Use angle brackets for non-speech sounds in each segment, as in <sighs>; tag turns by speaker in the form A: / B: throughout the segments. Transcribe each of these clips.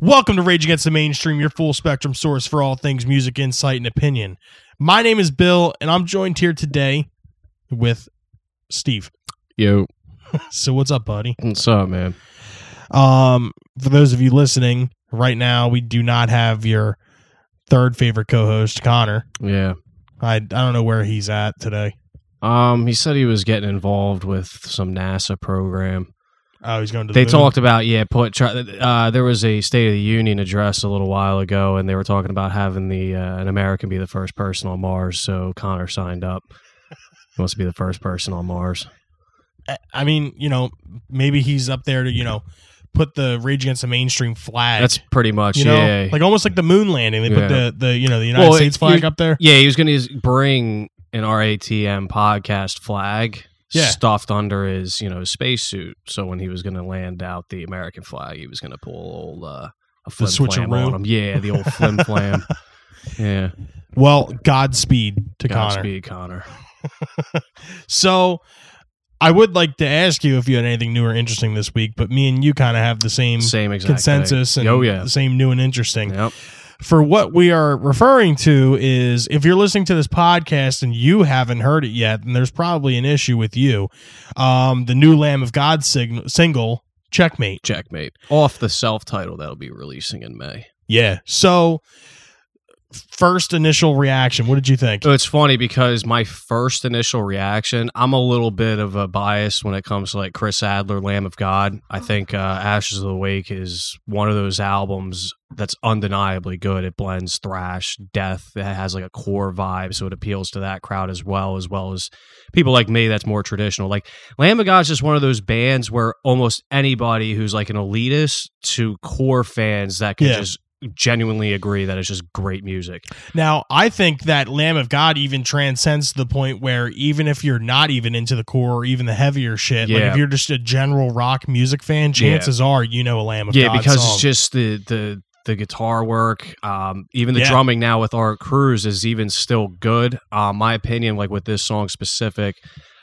A: Welcome to Rage Against the Mainstream, your full spectrum source for all things music, insight, and opinion. My name is Bill, and I'm joined here today with Steve.
B: Yo,
A: So what's up, buddy?
B: what's up, man?
A: Um, for those of you listening, right now we do not have your third favorite co-host, Connor.
B: Yeah.
A: I I don't know where he's at today.
B: Um, he said he was getting involved with some NASA program.
A: Oh, he's going to. The
B: They
A: moon.
B: talked about yeah, put try, uh, there was a State of the Union address a little while ago, and they were talking about having the uh, an American be the first person on Mars. So Connor signed up. He wants to be the first person on Mars.
A: I- I mean, you know, maybe he's up there to you know put the Rage Against the Mainstream flag.
B: That's pretty much
A: you know,
B: yeah.
A: like almost like the moon landing. They put
B: Yeah.
A: the the you know the United
B: Well,
A: States
B: it-
A: flag
B: you-
A: up there.
B: yeah, he was going to bring an RATM podcast flag.
A: Yeah.
B: Stuffed under his, you know, spacesuit. So when he was going to land out the American flag, he was going to pull old, uh, a flim flam
A: switcheroo.
B: on him. Yeah, the old flim
A: <laughs>
B: flam. Yeah,
A: Well, Godspeed to Connor.
B: Godspeed, Connor.
A: So I would like to ask you if you had anything new or interesting this week, but me and you kind of have the same
B: Same exact
A: consensus
B: thing.
A: and
B: oh yeah,
A: the same new and interesting.
B: yep.
A: For what we are referring to is if you're listening to this podcast and you haven't heard it yet, then there's probably an issue with you. Um, the new Lamb of God sing- single, Checkmate.
B: Checkmate off the self title that'll be releasing in May.
A: Yeah. So, first initial reaction, what did you think?
B: So it's funny because my first initial reaction, I'm a little bit of a bias when it comes to like Chris Adler, Lamb of God. I think uh, Ashes of the Wake is one of those albums that's undeniably good. It blends thrash, death. It has like a core vibe, so it appeals to that crowd as well, as well as people like me that's more traditional. Like Lamb of God's just one of those bands where almost anybody who's like an elitist to core fans that can
A: Yeah.
B: just genuinely agree that it's just great music.
A: Now, I think that Lamb of God even transcends the point where even if you're not even into the core or even the heavier shit, like
B: Yeah.
A: if you're just a general rock music fan,
B: Yeah.
A: chances are you know a Lamb of
B: yeah
A: God
B: because
A: song.
B: it's just the the the guitar work um even the
A: Yeah.
B: drumming now with our crews is even still good uh, my opinion like with this song specific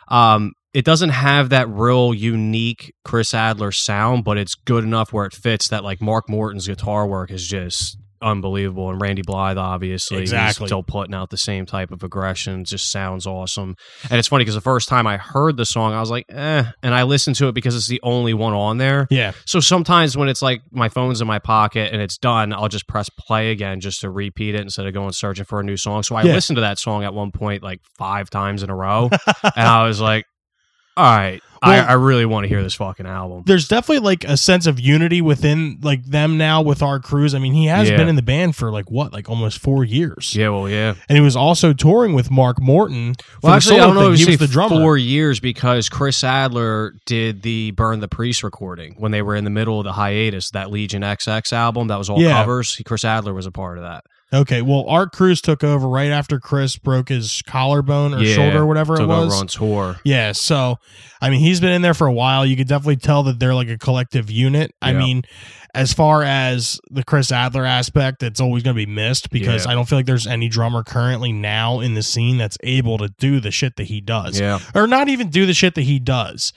B: um it doesn't have that real unique chris adler sound but it's good enough where it fits that like mark morton's guitar work is just unbelievable and randy blythe obviously he's
A: Exactly.
B: still putting out the same type of aggression just sounds awesome and it's funny because the first time i heard the song i was like eh and i listened to it because it's the only one on there
A: yeah.
B: so sometimes when it's like my phone's in my pocket and it's done, I'll just press play again just to repeat it instead of going searching for a new song. So I
A: Yeah.
B: listened to that song at one point like five times in
A: <laughs>
B: a row, and I was like, "All right, I,
A: Well-
B: I really want to hear this fucking album."
A: There's definitely like a sense of unity within like them now with our crews. I mean, he has
B: Yeah.
A: been in the band for like what, like almost four years,
B: Yeah, well, yeah.
A: and he was also touring with Mark Morton. for
B: Well,
A: the
B: actually, I
A: solo
B: don't know.
A: thing.
B: If
A: He
B: you
A: was
B: say
A: the drummer.
B: Four years because Chris Adler did the "Burn the Priest" recording when they were in the middle of the hiatus. That Legion XX album that was all
A: Yeah.
B: covers. He- Chris Adler was a part of that.
A: Okay, well, Art Cruz took over right after Chris broke his collarbone or
B: Yeah,
A: shoulder or whatever it
B: Took
A: was.
B: over on tour.
A: Yeah, so I mean, he's been in there for a while. You could definitely tell that they're like a collective unit. I
B: Yeah.
A: mean, as far as the Chris Adler aspect, it's always going to be missed because
B: Yeah.
A: I don't feel like there's any drummer currently now in the scene that's able to do the shit that he does,
B: Yeah,
A: or not even do the shit that he does,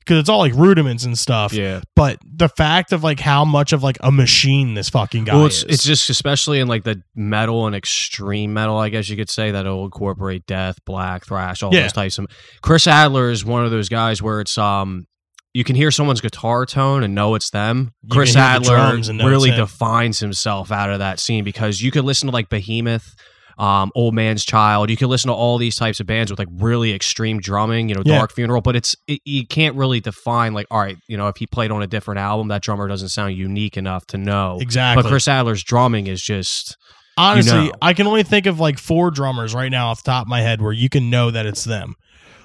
A: because it's all like rudiments and stuff.
B: yeah.
A: But the fact of like how much of like a machine this fucking guy
B: well, it's,
A: is,
B: it's just especially in like the metal and extreme metal, I guess you could say that it'll incorporate death, black, thrash, all
A: Yeah.
B: those types of. Chris Adler is one of those guys where it's um, you can hear someone's guitar tone and know it's them.
A: You can
B: Chris
A: hear the
B: Adler
A: drums and know it's
B: really
A: him.
B: defines himself out of that scene because you could listen to like Behemoth. Um, old man's child. You could listen to all these types of bands with like really extreme drumming, you know,
A: Yeah.
B: dark funeral, but it's it, you can't really define like, all right, you know, if he played on a different album, that drummer doesn't sound unique enough to know
A: exactly.
B: but Chris Adler's drumming is just
A: Honestly,
B: know.
A: I can only think of like four drummers right now off the top of my head where you can know that it's them.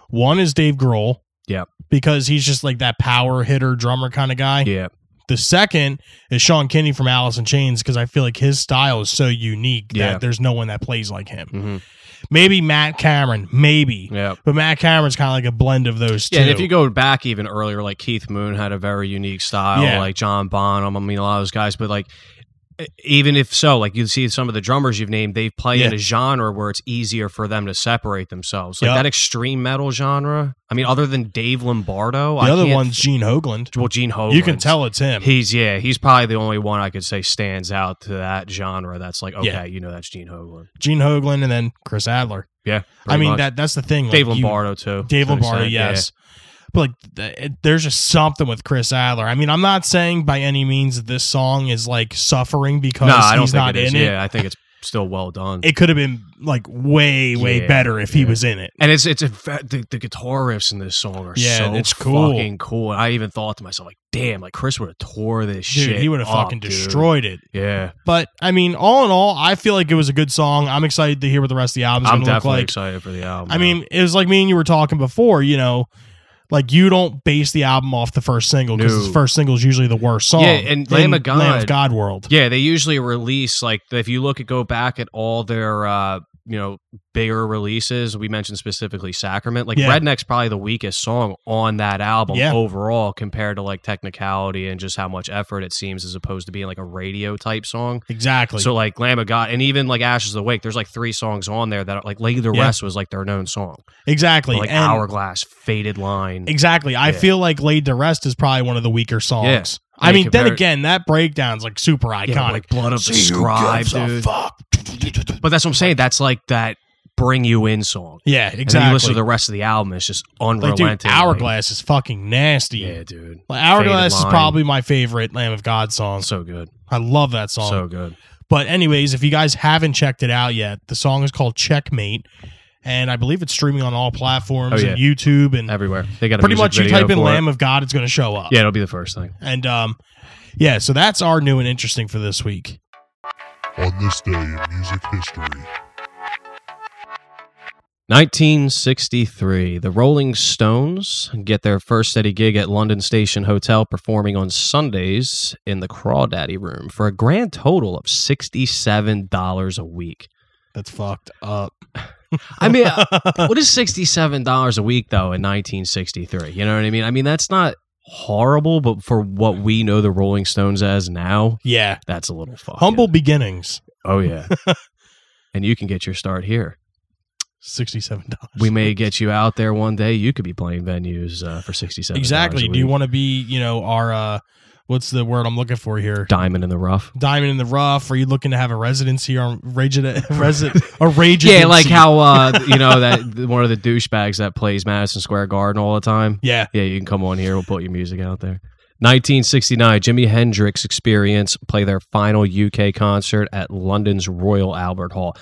A: One is Dave Grohl.
B: Yep.
A: Because he's just like that power hitter drummer kind of guy.
B: yeah,
A: The second is Sean Kinney from Alice in Chains because I feel like his style is so unique
B: Yeah.
A: that there's no one that plays like him.
B: hmm
A: Maybe Matt Cameron, maybe.
B: yeah,
A: But Matt Cameron's kind of like a blend of those two.
B: yeah. And if you go back even earlier, like Keith Moon had a very unique style,
A: Yeah.
B: like John Bonham. I mean, a lot of those guys, but like even if so, like you see some of the drummers you've named, they play in
A: Yeah.
B: a genre where it's easier for them to separate themselves. Like
A: Yeah.
B: that extreme metal genre. I mean, other than Dave Lombardo,
A: The
B: I
A: other
B: can't
A: one's Gene Hoagland.
B: well, Gene Hoagland.
A: You can tell it's him.
B: he's yeah, he's probably the only one I could say stands out to that genre. That's like okay,
A: Yeah.
B: you know that's Gene Hoagland.
A: Gene Hoagland and then Chris Adler.
B: Yeah,
A: I
B: pretty
A: mean
B: much.
A: that that's the thing. like,
B: Dave
A: you-
B: Lombardo too.
A: Dave
B: to an
A: Lombardo,
B: extent, yeah.
A: yes. But like, th- it- there's just something with Chris Adler. I mean, I'm not saying by any means that this song is like suffering because
B: No, I don't
A: he's
B: think
A: not
B: it is.
A: in it.
B: Yeah, I think it's still well done.
A: It could have been like way, way
B: Yeah,
A: better if he
B: yeah.
A: was in it.
B: and it's it's a fa- the, the guitar riffs in this song are
A: Yeah,
B: so
A: it's cool.
B: fucking cool. And I even thought to myself like, damn, like Chris would have tore this
A: Dude,
B: shit.
A: he would have
B: up,
A: fucking
B: dude.
A: destroyed it.
B: Yeah,
A: But I mean, all in all, I feel like it was a good song. I'm excited to hear what the rest of the album's
B: I'm
A: going to look
B: definitely
A: like.
B: excited for the album.
A: I mean, it was like me and you were talking before, you know, like you don't base the album off the first single because
B: No.
A: the first single is usually the worst song.
B: Yeah, and Lamb of
A: in Lamb of
B: God-
A: God World.
B: Yeah, they usually release like if you look at go back at all their uh you know bigger releases. We mentioned specifically Sacrament. Like
A: Yeah.
B: Redneck's probably the weakest song on that album
A: Yeah.
B: overall compared to like technicality and just how much effort it seems as opposed to being like a radio type song.
A: Exactly.
B: so like Lamb of God and even like Ashes of the Wake, there's like three songs on there that are like Lady the
A: Yeah.
B: Rest was like their known song.
A: exactly.
B: Like
A: And-
B: Hourglass, Faded Line.
A: Exactly. I
B: Yeah.
A: feel like Laid to Rest is probably one of the weaker songs.
B: Yeah.
A: I
B: Yeah,
A: mean, then
B: compare-
A: again, that breakdown's like super iconic.
B: Yeah, like Blood of the
A: See who
B: Scribe,
A: gives a
B: dude.
A: fuck.
B: But that's what I'm saying. That's like that bring you in song.
A: Yeah,
B: And then you listen
A: exactly.
B: to the rest of the album, it's just
A: Like,
B: unrelenting.
A: dude, Hourglass is fucking nasty.
B: Like, yeah, dude.
A: Like, Hourglass
B: Faded
A: is
B: Line.
A: probably my favorite Lamb of God song.
B: So good.
A: I love that song.
B: So good.
A: But anyways, if you guys haven't checked it out yet, the song is called Checkmate, and I believe it's streaming on all platforms
B: Oh,
A: and YouTube and
B: Everywhere. They got a
A: pretty
B: music
A: much you
B: video
A: type in
B: for it.
A: Lamb of God, it's going to show up.
B: Yeah, it'll be the first thing.
A: And um, yeah, so that's our new and interesting for this week.
C: On this day in music history,
B: 1963. The Rolling Stones get their first steady gig at London Station Hotel performing on Sundays in the Crawdaddy Room for a grand total of $67 a week.
A: That's fucked up.
B: I mean, uh,
A: <laughs> uh,
B: what is $67 a week though in 1963 you know what i mean i mean that's not horrible but for what we know the rolling stones as now
A: yeah,
B: that's a little fucking
A: humble beginnings.
B: <laughs> oh yeah and you can get your start here
A: Sixty-seven dollars.
B: we may get you out there one day you could be playing venues uh, for 67
A: exactly.
B: a
A: Do you
B: week.
A: want to be, you know, our uh, what's the word I'm looking for here?
B: diamond in the rough
A: Diamond in the rough? Are you looking to have a residency or <laughs> rage resident <laughs> a rage?
B: yeah like how uh you know that <laughs> one of the douchebags that plays madison square garden all the time
A: Yeah,
B: Yeah, you can come on here. We'll put your music out there. 1969, Jimi Hendrix Experience play their final UK concert at London's Royal Albert Hall.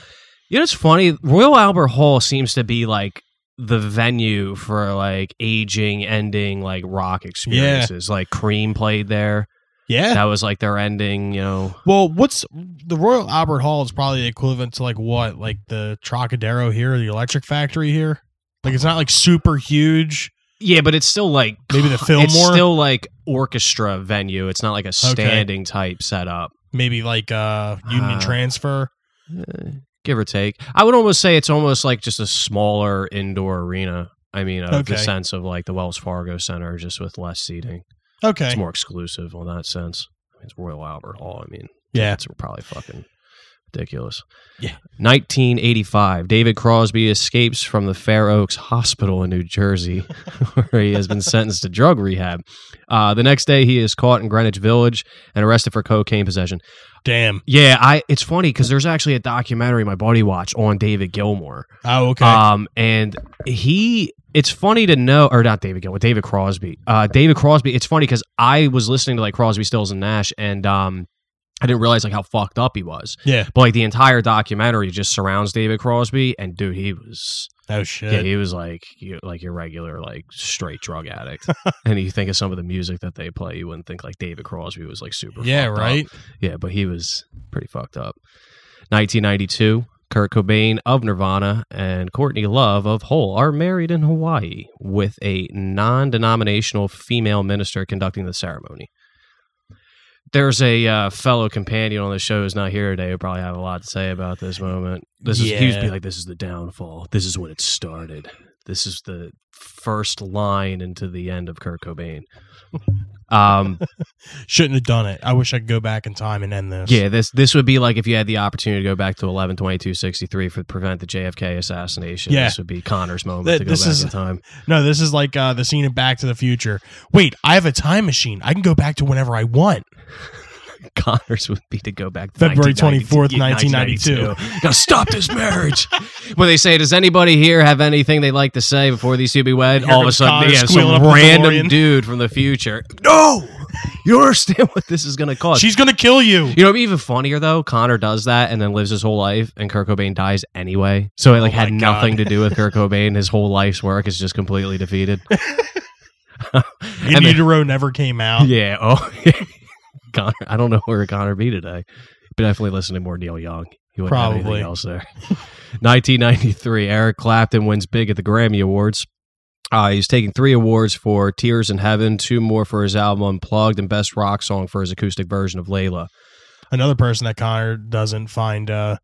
B: You know, it's funny. Royal Albert Hall seems to be like the venue for like aging, ending, like rock experiences. Like Cream played there.
A: yeah.
B: That was like their ending, you know.
A: Well, what's the Royal Albert Hall is probably the equivalent to like what, like the Trocadero here, or the Electric Factory here. Like it's not like super huge.
B: Yeah, but it's still like
A: Maybe the Fillmore,
B: <gasps> it's still like orchestra venue. It's not like a standing type setup.
A: maybe like uh Union
B: Uh,
A: Transfer.
B: Eh, give or take. I would almost say it's almost like just a smaller indoor arena. I mean, of
A: Okay.
B: the sense of like the Wells Fargo Center, just with less seating.
A: Okay,
B: It's more exclusive on that sense. I mean, it's Royal Albert Hall. I mean,
A: yeah,
B: that's probably fucking ridiculous.
A: Yeah.
B: 1985. David Crosby escapes from the Fair Oaks Hospital in New Jersey, <laughs> where he has been sentenced to drug rehab. Uh, the next day, he is caught in Greenwich Village and arrested for cocaine possession.
A: damn.
B: Yeah, I it's funny because there's actually a documentary my buddy watched on David Gilmour.
A: Oh, okay,
B: Um, and he it's funny to know or not David Gilmour, David Crosby. Uh, David Crosby. It's funny because I was listening to like Crosby, Stills, and Nash, and um, I didn't realize like how fucked up he was.
A: yeah.
B: But like the entire documentary just surrounds David Crosby, and dude, he was
A: Oh
B: yeah,
A: shit.
B: he was like you, like your regular like straight drug addict. <laughs> and you think of some of the music that they play, you wouldn't think like David Crosby was like super.
A: Yeah,
B: fucked up.
A: right.
B: Yeah, but he was pretty fucked up. 1992, Kurt Cobain of Nirvana and Courtney Love of Hole are married in Hawaii with a non denominational female minister conducting the ceremony. There's a uh, fellow companion on the show who's not here today who probably have a lot to say about this moment. This is he was
A: Yeah.
B: be like, "This is the downfall. This is when it started. This is the first line into the end of Kurt Cobain." <laughs> Um,
A: Shouldn't have done it. I wish I could go back in time and end this.
B: yeah, this this would be like if you had the opportunity to go back to 11 63 for prevent the JFK assassination.
A: Yeah.
B: This would be Connor's moment
A: Th-
B: to go
A: this
B: back
A: is-
B: in time. <laughs>
A: No, this is like uh, the scene in Back to the Future. Wait, I have a time machine. I can go back to whenever I want.
B: Connor's would be to go back to
A: February
B: 1992
A: 24th, 1992.
B: Gotta stop this
A: <laughs>
B: marriage. when they say, "Does anybody here have anything they'd like to say before these two be wed?"
A: Here
B: All of a
A: comes
B: sudden,
A: Connor
B: yeah,
A: squealing up
B: some
A: the
B: random
A: DeLorean.
B: dude from the future. No, you don't understand what this is gonna cause.
A: She's gonna kill you.
B: you know, it'd be even funnier though. Connor does that and then lives his whole life, and Kurt Cobain dies anyway. So it like
A: Oh
B: had
A: my God.
B: nothing to do
A: <laughs>
B: with Kurt Cobain. His whole life's work is just completely defeated.
A: You
B: and
A: need row never came out.
B: Yeah. Oh, <laughs> Connor. I don't know where Connor be today, but definitely listen to more Neil Young. He wouldn't Probably. have
A: Probably.
B: anything else there. <laughs> 1993. Eric Clapton wins big at the Grammy Awards. Uh, he's taking three awards for Tears in Heaven, two more for his album Unplugged, and Best Rock Song for his acoustic version of Layla.
A: Another person that Connor doesn't find uh,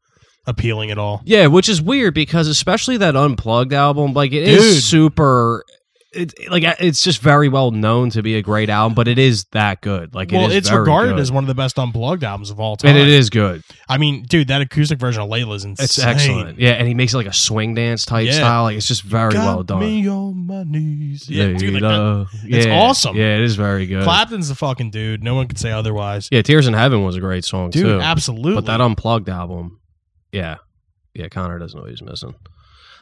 A: appealing at all.
B: Yeah, which is weird because especially that Unplugged album, like it is
A: Dude.
B: super. It, like it's just very well known to be a great album, but it is that good. Like
A: well,
B: it is
A: it's
B: very
A: regarded
B: good.
A: as one of the best unplugged albums of all time.
B: and it is good.
A: I mean, dude, that acoustic version of Layla's insane.
B: It's excellent. Yeah, and he makes it like a swing dance type
A: Yeah.
B: style. Like it's just very
A: Got
B: well done.
A: Me on my knees. Yeah, dude, like that-
B: Lila.
A: it's
B: Yeah.
A: awesome.
B: Yeah, it is very good.
A: Clapton's the fucking dude. No one could say otherwise.
B: Yeah, Tears in Heaven was a great song
A: Dude,
B: too.
A: absolutely.
B: But that unplugged album, yeah, yeah, Connor doesn't know what he's missing.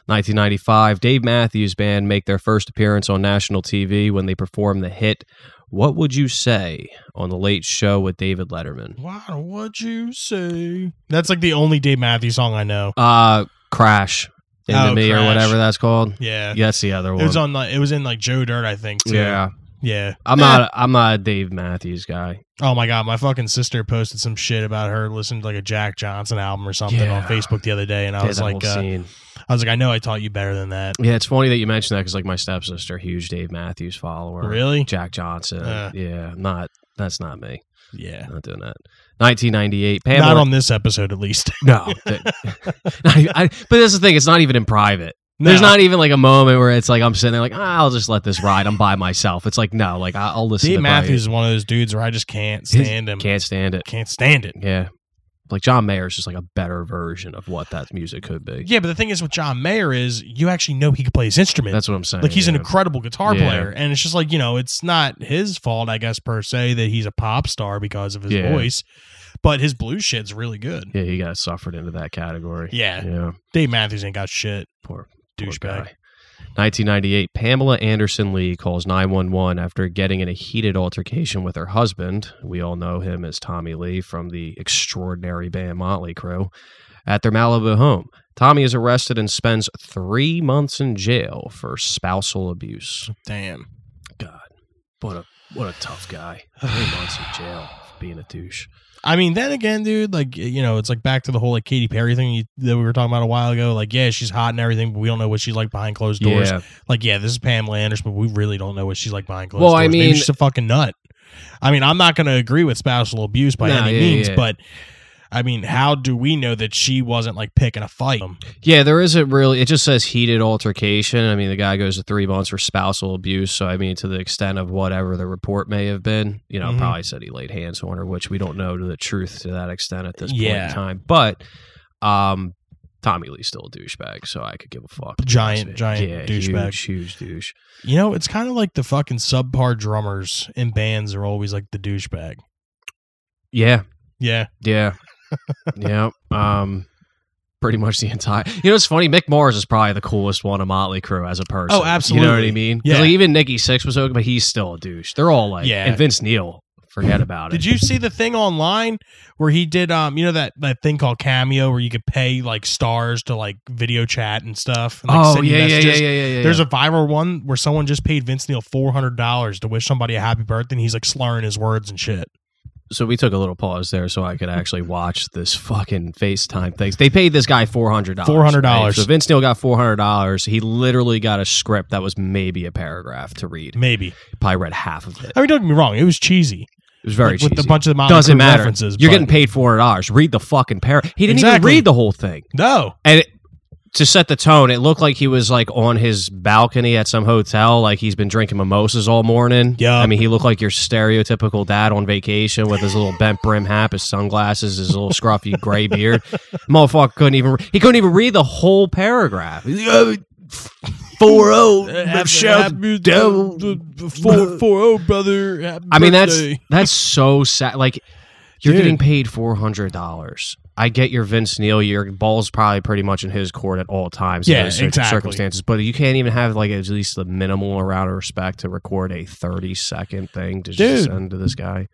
B: 1995, Dave Matthews Band make their first appearance on national TV when they perform the hit "What Would You Say" on the Late Show with David Letterman.
A: What would you say? That's like the only Dave Matthews song I know.
B: Uh, Crash into
A: Oh,
B: me or
A: Crash.
B: whatever that's called.
A: Yeah.
B: Yeah, that's the other one.
A: It was on like it was in like Joe Dirt, I think. Too.
B: yeah,
A: Yeah.
B: I'm
A: Eh.
B: not. I'm not a Dave Matthews guy.
A: Oh my god, my fucking sister posted some shit about her listening to like a Jack Johnson album or something
B: Yeah.
A: on Facebook the other day and I
B: Yeah,
A: was
B: that
A: like
B: whole
A: uh,
B: scene.
A: I was like I know I taught you better than that.
B: yeah, it's funny that you mentioned that because like my stepsister, huge Dave Matthews follower.
A: Really?
B: Jack Johnson.
A: Uh.
B: yeah, I'm not. That's not me.
A: Yeah.
B: I'm not doing that. 1998. Pamela. <laughs>
A: Not on this episode at least.
B: no. That- I- I- but that's the thing. It's not even in private. <laughs> There's
A: No.
B: not even like a moment where it's like I'm sitting there like "Ah, I'll just let this ride. I'm by myself. It's like no, like I- I'll listen.
A: Dave
B: to
A: Matthews is one of those dudes where I just can't
B: His-
A: stand him.
B: Brian. Can't stand it.
A: Can't stand it.
B: Yeah. Like John Mayer's just like a better version of what that music could be.
A: Yeah, but the thing is with John Mayer is you actually know he could play his instrument.
B: That's what I'm saying.
A: like he's an
B: yeah.
A: incredible guitar
B: Yeah.
A: player and it's just like you know it's not his fault i guess per se that he's a pop star because of his
B: Yeah.
A: voice but his blues shit's really good
B: Yeah, he got suffered into that category.
A: yeah,
B: Yeah.
A: dave matthews ain't got shit
B: Poor, poor
A: douchebag
B: guy. 1998, Pamela Anderson Lee calls 911 after getting in a heated altercation with her husband. We all know him as Tommy Lee from the extraordinary band Motley Crue at their Malibu home. Tommy is arrested and spends three months in jail for spousal abuse.
A: damn
B: God, what a what a tough <sighs> guy. Three months in jail for being a douche.
A: i mean then again dude like you know it's like back to the whole like Katy perry thing you, that we were talking about a while ago like yeah she's hot and everything but we don't know what she's like behind closed doors
B: Yeah,
A: like yeah this is pamela anderson but we really don't know what she's like behind closed
B: Well,
A: doors
B: I
A: Maybe
B: mean-
A: she's a fucking nut i mean i'm not going to agree with spousal abuse by
B: No,
A: any
B: yeah,
A: means
B: yeah.
A: but i mean how do we know that she wasn't like picking a fight
B: Yeah, there isn't really. It just says heated altercation. I mean, the guy goes to three months for spousal abuse. So, I mean, to the extent of whatever the report may have been, you know,
A: Mhm.
B: probably said he laid hands on her, which we don't know to the truth to that extent at this point
A: Yeah.
B: in time. But, um, Tommy Lee's still a douchebag, so I could give a fuck. to be
A: Giant,
B: honest with you.
A: giant
B: yeah,
A: douchebag.
B: huge, huge douche.
A: you know it's kind of like the fucking subpar drummers in bands are always like the douchebag
B: Yeah,
A: yeah <laughs>
B: yeah, yeah. Um, pretty much the entire. You know, it's funny. Mick Mars is probably the coolest one of Motley Crue as a person. You know what
A: Oh, absolutely.
B: I mean? 'Cause,
A: Yeah.
B: Like even Nikki Six was okay, but he's still a douche. They're all like,
A: Yeah.
B: And Vince Neil, forget about it.
A: did you see the thing online where he did um you know that that thing called cameo where you could pay like stars to like video chat and stuff and, like,
B: oh
A: send you
B: yeah, yeah, yeah,
A: messages?
B: yeah, yeah, yeah.
A: There's a viral one where someone just paid Vince Neil four hundred dollars to wish somebody a happy birthday, and he's like slurring his words and shit.
B: so we took a little pause there so I could actually watch this fucking FaceTime things. They paid this guy four hundred dollars.
A: $400.
B: So Vince Neil got four hundred dollars. He literally got a script that was maybe a paragraph to read.
A: Maybe.
B: Probably read half of it. It
A: I mean, don't get me wrong; it was cheesy.
B: was very
A: Like, with a
B: cheesy.
A: bunch of Motley
B: Doesn't
A: Crue
B: matter.
A: references.
B: You're
A: but-
B: getting paid four hundred dollars. Read the fucking paragraph. He didn't
A: Exactly.
B: even read the whole thing.
A: no.
B: And it, to set the tone, it looked like he was like on his balcony at some hotel, like he's been drinking mimosas all morning.
A: Yeah.
B: I mean, he looked like your stereotypical dad on vacation with his little bent brim hat, his sunglasses, his little scruffy
A: <laughs>
B: gray beard. Motherfucker couldn't even he couldn't even read the whole paragraph. Four zero show.
A: four four oh brother. Happy
B: I mean, that's
A: birthday. <laughs>
B: that's so sad. Like you're
A: Dude.
B: getting paid four hundred dollars. I get your Vince Neil. Your ball's probably pretty much in his court at all times. in
A: Yeah,
B: those cir-
A: exactly.
B: Circumstances, but you can't even have like at least the minimal amount of respect to record a thirty second thing to just
A: Dude.
B: send to this guy.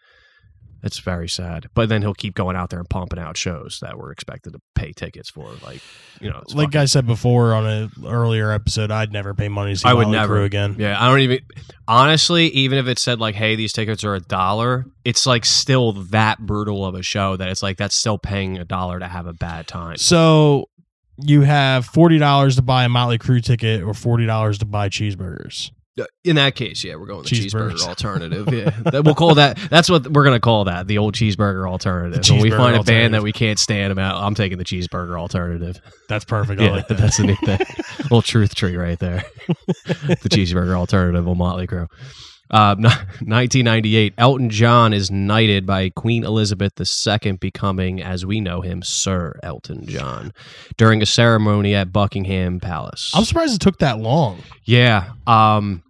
B: It's very sad. But then he'll keep going out there and pumping out shows that we're expected to pay tickets for. Like you know, it's
A: like I said before on an earlier episode. I'd never pay money to see
B: I would
A: Motley
B: never.
A: Crue again.
B: Yeah, I don't even. Honestly, even if it said like, "Hey, these tickets are a dollar," it's like still that brutal of a show that it's like that's still paying a dollar to have a bad time.
A: So you have forty dollars to buy a Motley Crue ticket or forty dollars to buy cheeseburgers.
B: In that case, yeah, we're going the cheeseburger, <laughs>
A: Cheeseburgers.
B: alternative. Yeah, That- we'll call that. That's what we're gonna call that. The old cheeseburger alternative.
A: The
B: when we
A: cheeseburger
B: find a band
A: alternative.
B: that we can't stand, about I'm taking the cheeseburger alternative.
A: That's perfect. I
B: Yeah, <laughs>
A: like that.
B: that's a new thing. Little truth tree
A: <laughs>
B: right there. the cheeseburger alternative on Motley Crue. Uh, <laughs> n- 1998, Elton John is knighted by Queen Elizabeth II, becoming, as we know him, Sir Elton John, during a ceremony at Buckingham Palace.
A: I'm surprised it took that long.
B: yeah, um,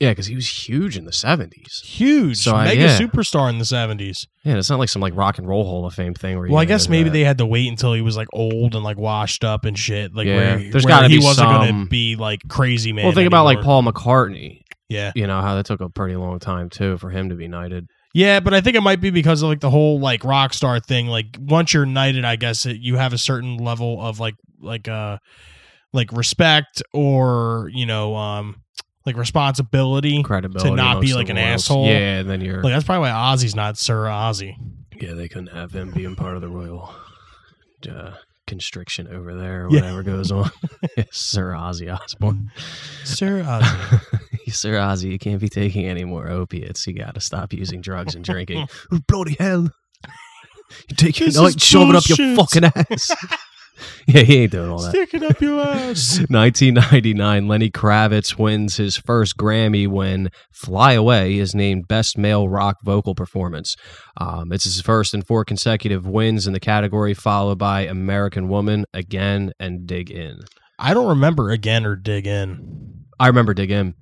B: yeah, because he was huge in the 70s.
A: Huge,
B: So, uh,
A: mega
B: yeah.
A: superstar in the '70s.
B: Yeah, it's not like some like rock and roll Hall of Fame thing. Where you
A: Well, I
B: know,
A: guess
B: there's
A: maybe
B: that.
A: they had to wait until he was like old and like washed up and shit. Like,
B: Yeah.
A: where,
B: There's
A: where
B: gotta
A: he
B: be
A: wasn't gonna
B: some-
A: be like crazy man.
B: Well, think about like
A: anymore.
B: Paul McCartney.
A: Yeah,
B: You know how that took a pretty long time too for him to be knighted.
A: yeah, but I think it might be because of like the whole like rock star thing. Like, once you're knighted, I guess it, you have a certain level of like like uh like respect or you know um like responsibility.
B: credibility
A: to not be,
B: amongst the
A: like, an
B: royals.
A: asshole.
B: Yeah, and then you're
A: Like that's probably why Ozzy's not Sir Ozzy.
B: yeah, they couldn't have him being part of the royal uh, constriction over there, or
A: Yeah.
B: whatever goes on. <laughs> Sir Ozzy
A: <laughs>
B: Osbourne, <laughs>
A: Sir Ozzy.
B: Sir Ozzy, you can't be taking any more opiates. You got to stop using drugs
A: <laughs>
B: and drinking. oh, bloody hell! You take your
A: This
B: night,
A: is
B: shove it up your
A: bullshit.
B: fucking ass. <laughs> yeah, he
A: <laughs>
B: ain't doing all that.
A: Stick it up your ass.
B: <laughs> 1999, Lenny Kravitz wins his first Grammy when Fly Away is named Best Male Rock Vocal Performance. Um, it's his first and four consecutive wins in the category, followed by American Woman, Again, and Dig In.
A: I don't remember again or dig in.
B: I remember Dig In.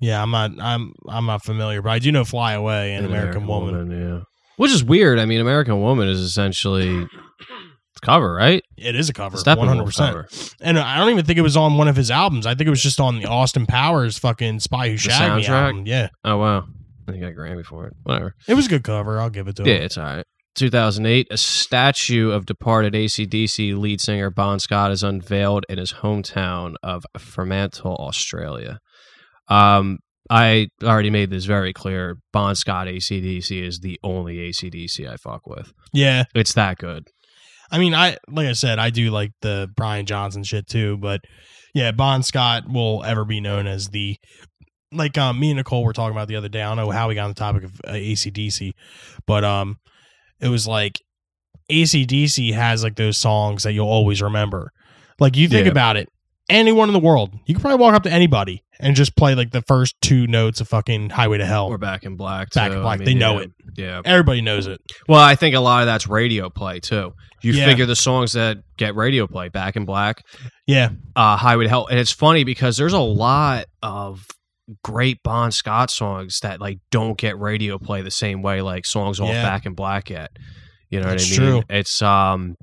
A: Yeah, I'm not. I'm I'm not familiar, but I do know Fly Away and American, Woman.
B: yeah. Which is weird. I mean, American Woman is essentially it's cover, right?
A: It is a cover,
B: Steppenwolf
A: one hundred percent.
B: cover.
A: And I don't even think it was on one of his albums. I think it was just on the Austin Powers fucking "Spy Who Shagged Me"
B: soundtrack?
A: album. Yeah,
B: Oh, wow. I think I got a Grammy for it. Whatever.
A: it was a good cover. I'll give it to
B: Yeah,
A: him.
B: it's all right. 2008, a statue of departed ACDC lead singer Bon Scott is unveiled in his hometown of Fremantle, Australia. Um, I already made this very clear. Bon Scott ACDC is the only ACDC I fuck with.
A: Yeah,
B: It's that good.
A: I mean, I like I said, I do like the Brian Johnson shit too, but yeah, Bon Scott will ever be known as the like um, me and Nicole were talking about the other day. I don't know how we got on the topic of uh, ACDC, but um, it was like ACDC has like those songs that you'll always remember. Like you think
B: Yeah.
A: about it, anyone in the world, you can probably walk up to anybody and just play like the first two notes of fucking Highway to Hell.
B: We're back in black.
A: Back in
B: too.
A: Black, they know
B: yeah,
A: it.
B: Yeah.
A: Everybody knows it.
B: Well, I think a lot of that's radio play too. You
A: Yeah.
B: figure the songs that get radio play, Back in Black,
A: Yeah,
B: uh, Highway to Hell. And it's funny because there's a lot of great Bon Scott songs that like don't get radio play the same way like songs off
A: Yeah.
B: Back in Black yet. You know
A: That's
B: what I mean?
A: true.
B: It's um,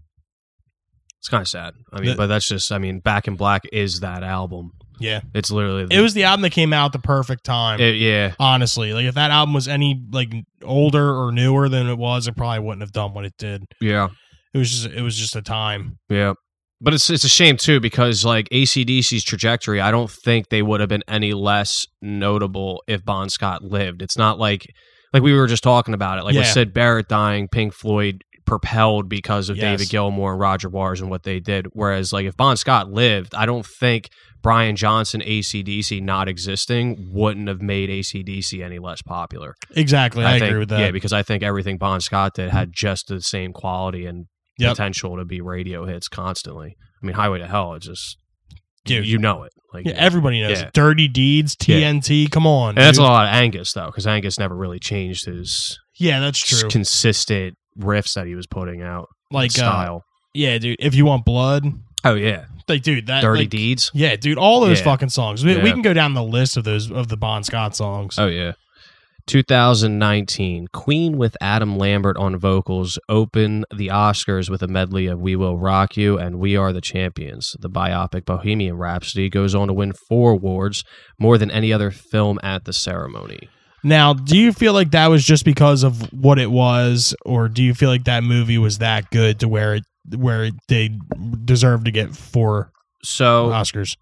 B: it's kind of sad. I mean,
A: The-
B: but that's just I mean, Back in Black is that album.
A: yeah.
B: It's literally the,
A: It was the album that came out at the perfect time.
B: it- yeah.
A: honestly like if that album was any like older or newer than it was it probably wouldn't have done what it did
B: Yeah.
A: it was just it was just a time
B: Yeah. But it's it's a shame too because like ACDC's trajectory, I don't think they would have been any less notable if Bon Scott lived. It's not like like we were just talking about it, like with
A: Yeah.
B: Sid Barrett dying, Pink Floyd propelled because of
A: Yes.
B: David Gilmour and Roger Waters and what they did. Whereas like if Bon Scott lived, I don't think Brian Johnson, ACDC not existing wouldn't have made ACDC any less popular.
A: exactly i,
B: think,
A: agree with that Mm-hmm.
B: Yeah, because I think everything Bon Scott did had just the same quality and
A: Yep.
B: potential to be radio hits constantly. I mean, Highway to Hell, it's just
A: Dude.
B: you know it. Like
A: Yeah, everybody knows
B: Yeah.
A: it. Dirty Deeds,
B: Yeah.
A: TNT. Come on,
B: and that's a
A: dude.
B: lot of Angus though, because Angus never really changed his
A: yeah, that's
B: s-
A: true.
B: consistent riffs that he was putting out.
A: Like, uh,
B: style.
A: yeah, dude. If you want blood,
B: Oh yeah,
A: like, dude, that
B: Dirty
A: like-
B: Deeds.
A: Yeah, dude, all those
B: Yeah.
A: fucking songs. We, we
B: Yeah.
A: can go down the list of those of the Bon Scott songs.
B: Oh yeah. 2019, Queen with Adam Lambert on vocals open the Oscars with a medley of We Will Rock You and We Are the Champions. The biopic Bohemian Rhapsody goes on to win four awards, more than any other film at the ceremony.
A: Now, do you feel like that was just because of what it was, or do you feel like that movie was that good to where it where it, they deserve to get four
B: So
A: Oscars?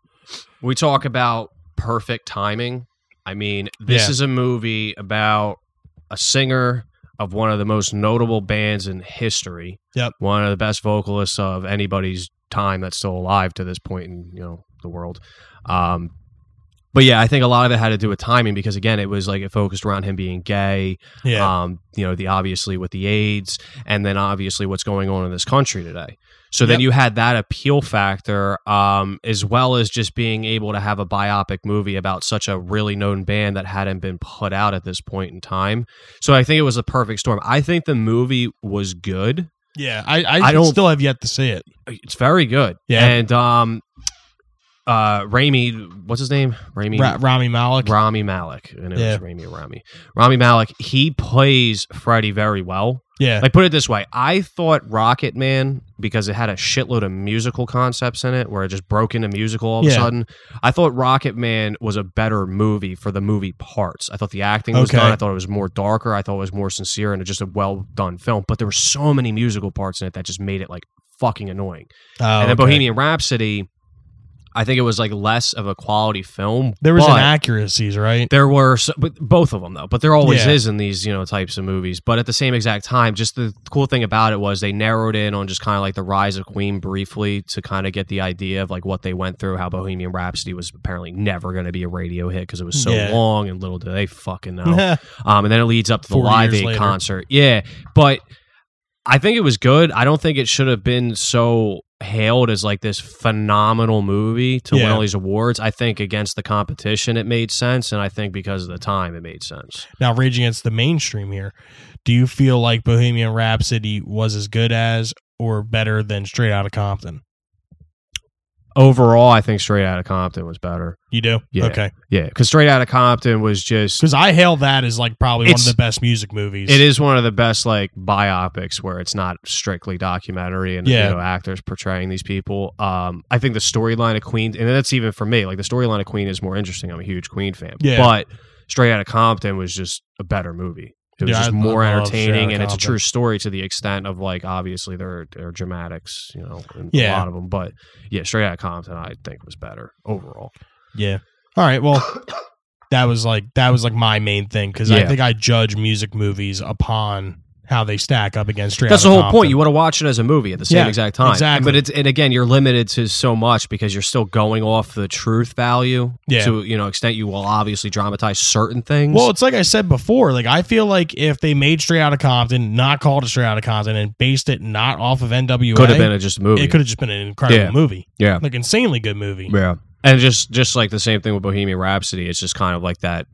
B: we talk about perfect timing. I mean, this
A: Yeah.
B: is a movie about a singer of one of the most notable bands in history.
A: Yep.
B: One of the best vocalists of anybody's time that's still alive to this point in, you know, the world. Um but yeah, I think a lot of it had to do with timing because again, it was like it focused around him being gay,
A: Yeah,
B: um, you know, the obviously with the AIDS, and then obviously what's going on in this country today. So then
A: Yep.
B: you had that appeal factor, um, as well as just being able to have a biopic movie about such a really known band that hadn't been put out at this point in time. So I think it was a perfect storm. I think the movie was good.
A: yeah. I I,
B: I don't-
A: still have yet to see it.
B: It's very good.
A: Yeah.
B: And um, uh, Raimi, what's his name? Raimi.
A: Ra- Rami Malek.
B: Rami Malik, and it
A: Yeah.
B: was Rami Rami. Rami Malik, he plays Freddy very well.
A: yeah,
B: <laughs> Like put it this way, I thought Rocket Man because it had a shitload of musical concepts in it, where it just broke into musical all of
A: Yeah.
B: a sudden. I thought Rocket Man was a better movie for the movie parts. I thought the acting was
A: Okay.
B: done. I thought it was more darker. I thought it was more sincere and just a well done film. But there were so many musical parts in it that just made it like fucking annoying.
A: Oh,
B: and then
A: okay.
B: Bohemian Rhapsody, I think it was like less of a quality film.
A: There was
B: but-
A: inaccuracies,
B: <laughs>
A: right?
B: there were, s but both of them though. But there always
A: Yeah.
B: is in these you know types of movies. But at the same exact time, just the cool thing about it was they narrowed in on just kind of like the rise of Queen briefly to kind of get the idea of like what they went through. How Bohemian Rhapsody was apparently never going to be a radio hit because it was so
A: Yeah.
B: long and little did they
A: <laughs>
B: fucking know. Um, and then it leads up to the
A: 40
B: Live
A: years
B: Aid
A: later.
B: concert. Yeah, but I think it was good. I don't think it should have been so hailed as like this phenomenal movie to win
A: Yeah.
B: all these awards. I think against the competition, it made sense, and I think because of the time, it made sense.
A: now, Rage Against the Mainstream here. Do you feel like Bohemian Rhapsody was as good as or better than Straight Outta Compton?
B: Overall, I think Straight Outta Compton was better.
A: You do?
B: Yeah.
A: Okay.
B: Yeah, because Straight Outta Compton was just
A: Because I hail that as like probably one
B: It's-
A: of the best music movies.
B: It is one of the best like biopics where it's not strictly documentary and
A: Yeah.
B: you know actors portraying these people. Um, I think the storyline of Queen, and that's even for me, like the storyline of Queen is more interesting. I'm a huge Queen fan,
A: Yeah.
B: but Straight Outta Compton was just a better movie. It was
A: Yeah,
B: just
A: I
B: more
A: love
B: entertaining,
A: Straight
B: and
A: Outta
B: it's a
A: Compton.
B: true story to the extent of like obviously there there are dramatics, you know, in
A: Yeah.
B: a lot of them. But yeah, Straight Outta Compton, I think was better overall.
A: Yeah. All right. Well, that was like that was like my main thing because I
B: Yeah.
A: think I judge music movies upon how they stack up against Straight
B: That's the
A: Outta
B: whole point.
A: Compton.
B: You want to watch it as a movie at the same
A: Yeah,
B: exact time.
A: exactly.
B: But it's and again, you're limited to so much because you're still going off the truth value
A: Yeah.
B: to you know extent. You will obviously dramatize certain things.
A: Well, it's like I said before. Like I feel like if they made Straight Outta Compton, not called it Straight Outta Compton, and based it not off of NWA,
B: could have been a just a movie.
A: it could have just been an incredible
B: Yeah.
A: movie.
B: Yeah.
A: like insanely good movie.
B: yeah. And just just like the same thing with Bohemian Rhapsody, it's just kind of like that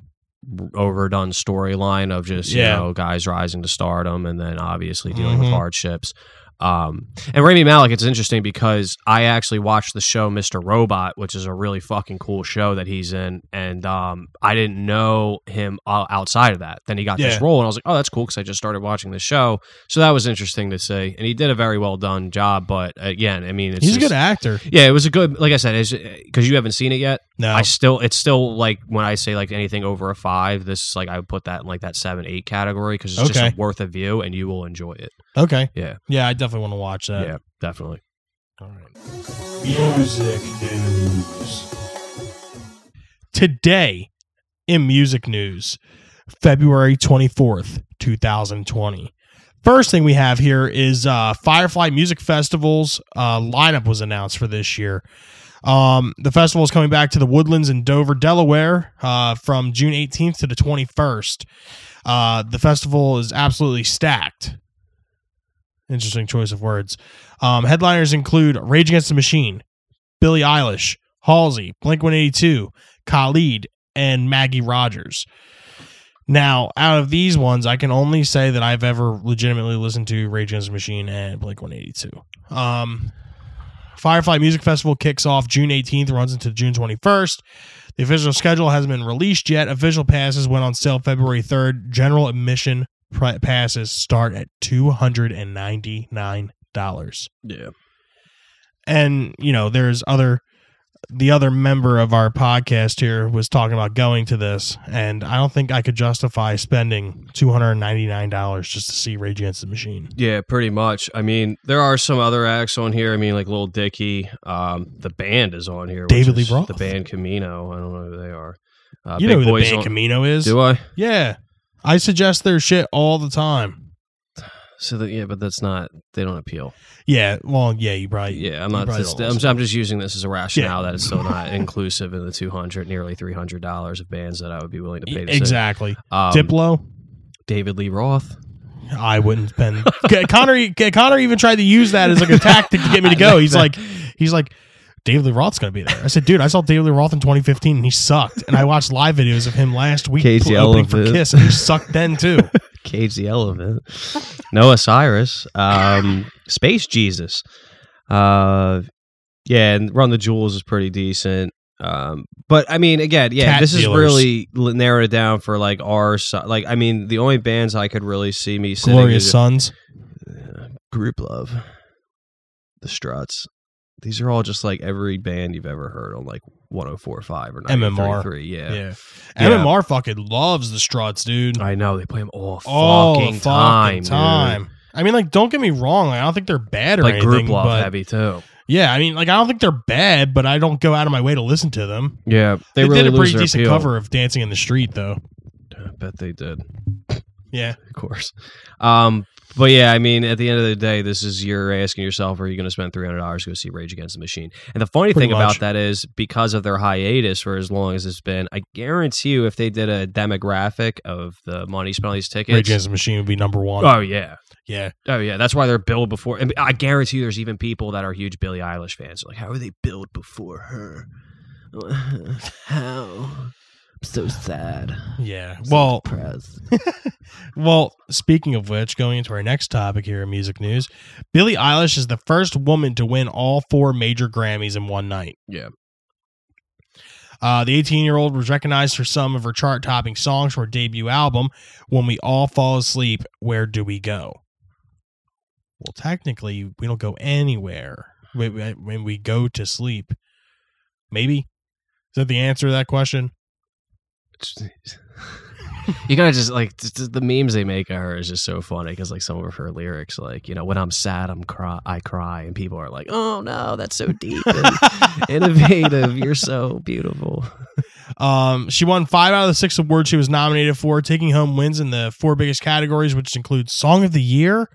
B: overdone storyline of just
A: Yeah.
B: you know guys rising to stardom and then obviously dealing
A: Mhm.
B: with hardships. Um, and Rami Malik, it's interesting because I actually watched the show Mr. Robot, which is a really fucking cool show that he's in, and um, I didn't know him uh, outside of that. Then he got
A: Yeah.
B: this role, and I was like, oh, that's cool because I just started watching the show, so that was interesting to see. And he did a very well done job, but again, I mean, it's
A: He's a
B: just-
A: good actor.
B: yeah, it was a good. Like I said, because you haven't seen it yet.
A: No,
B: I still, it's still like when I say like anything over a five, this like I would put that in like that seven eight category because it's
A: Okay.
B: just worth a view and you will enjoy it.
A: okay,
B: Yeah.
A: yeah, I definitely want to watch that.
B: yeah, definitely.
A: All right.
C: Music news.
A: Today in music news, February twenty fourth, two thousand twenty. First thing we have here is uh, Firefly Music Festival's uh, lineup was announced for this year. Um, the festival is coming back to the Woodlands in Dover, Delaware, uh, from June 18th to the 21st. Uh, the festival is absolutely stacked. Interesting choice of words. Um, headliners include Rage Against the Machine, Billie Eilish, Halsey, Blink 182, Khalid, and Maggie Rogers. Now, out of these ones, I can only say that I've ever legitimately listened to Rage Against the Machine and Blink 182. Um, Firefly Music Festival kicks off June 18th, runs into June 21st. The official schedule hasn't been released yet. Official passes went on sale February 3rd. General admission pri- passes start at $299.
B: Yeah.
A: And, you know, there's other the other member of our podcast here was talking about going to this and I don't think I could justify spending $299 just to see Rage Against the Machine.
B: Yeah, pretty much. I mean, there are some other acts on here. I mean, like Little Dicky. Um, the band is on here. which
A: David Lee
B: is
A: Roth.
B: The band Camino. I don't know who they are. Uh,
A: you
B: Big
A: know who the
B: Boy's
A: band
B: on-
A: Camino is?
B: Do I?
A: Yeah. I suggest their shit all the time.
B: So that, yeah, but that's not. They don't appeal.
A: Yeah, well, yeah, you probably
B: Yeah, I'm not.
A: probably
B: Just,
A: don't
B: I'm,
A: listen.
B: I'm just using this as a rationale that it's still <laughs> not inclusive in the 200, nearly 300 dollars of bands that I would be willing to pay. To see.
A: exactly.
B: Um,
A: Diplo,
B: David Lee Roth.
A: I wouldn't spend. Okay, Connor, Connor even tried to use that as like a tactic to get me to go. He's like, he's like, David Lee Roth's gonna be there. I said, dude, I saw David Lee Roth in 2015 and he sucked. And I watched live videos of him last week
B: Cage
A: pl-
B: the
A: opening for
B: Elephant.
A: Kiss, and he sucked then
B: <laughs>
A: too.
B: Cage the <laughs> Elephant, Noah Cyrus, um, Space Jesus. Uh, yeah, and Run the Jewels is pretty decent. Um, but I mean, again, yeah,
A: Cat
B: this
A: dealers.
B: is really l- narrowed it down for like our si- like. I mean, the only bands I could really see me sitting
A: Glorious
B: is-
A: Sons.
B: uh, Group Love, The Struts. These are all just like every band you've ever heard on like 104.5 or
A: MMR.
B: 93. Yeah.
A: Yeah.
B: yeah. Yeah.
A: MMR fucking loves the Struts, dude.
B: I know they play them all
A: All the
B: fucking, time, dude.
A: time. I mean, like, don't get me wrong. Like, I don't think they're bad or
B: Like
A: anything.
B: group love
A: but
B: heavy too.
A: yeah, I mean, like, I don't think they're bad, but I don't go out of my way to listen to them.
B: Yeah,
A: They,
B: really
A: did a
B: lose
A: pretty
B: their
A: decent
B: appeal.
A: cover of "Dancing in the Street," though.
B: I bet they did, of
A: Yeah,
B: course. Um, but yeah, I mean, at the end of the day, this is you're asking yourself, are you going to spend three hundred dollars to go see Rage Against the Machine? And the funny
A: Pretty
B: thing
A: much.
B: about that is because of their hiatus for as long as it's been, I guarantee you, if they did a demographic of the money spent on these tickets,
A: Rage Against the Machine would be number one.
B: oh yeah,
A: yeah,
B: Oh yeah, that's why they're billed before. And I guarantee you, there's even people that are huge Billie Eilish fans. Like, how are they billed before her? <laughs> how? I'm so sad.
A: yeah. Well,
B: depressed.
A: <laughs> well. Speaking of which, going into our next topic here in music news, Billie Eilish is the first woman to win all four major Grammys in one night.
B: Yeah.
A: Uh, the 18 year old was recognized for some of her chart topping songs from her debut album, When We All Fall Asleep, Where Do We Go? Well, technically, we don't go anywhere when- when when we go to sleep. Maybe? Is that the answer to that question?
B: <laughs> you gotta just like th- th- the memes they make of her is just so funny because like some of her lyrics, like you know, when I'm sad, I'm cry, I cry, and people are like, oh no, that's so deep
A: <laughs>
B: and innovative. You're so beautiful.
A: Um, she won five out of the six awards she was nominated for, taking home wins in the four biggest categories, which include Song of the Year,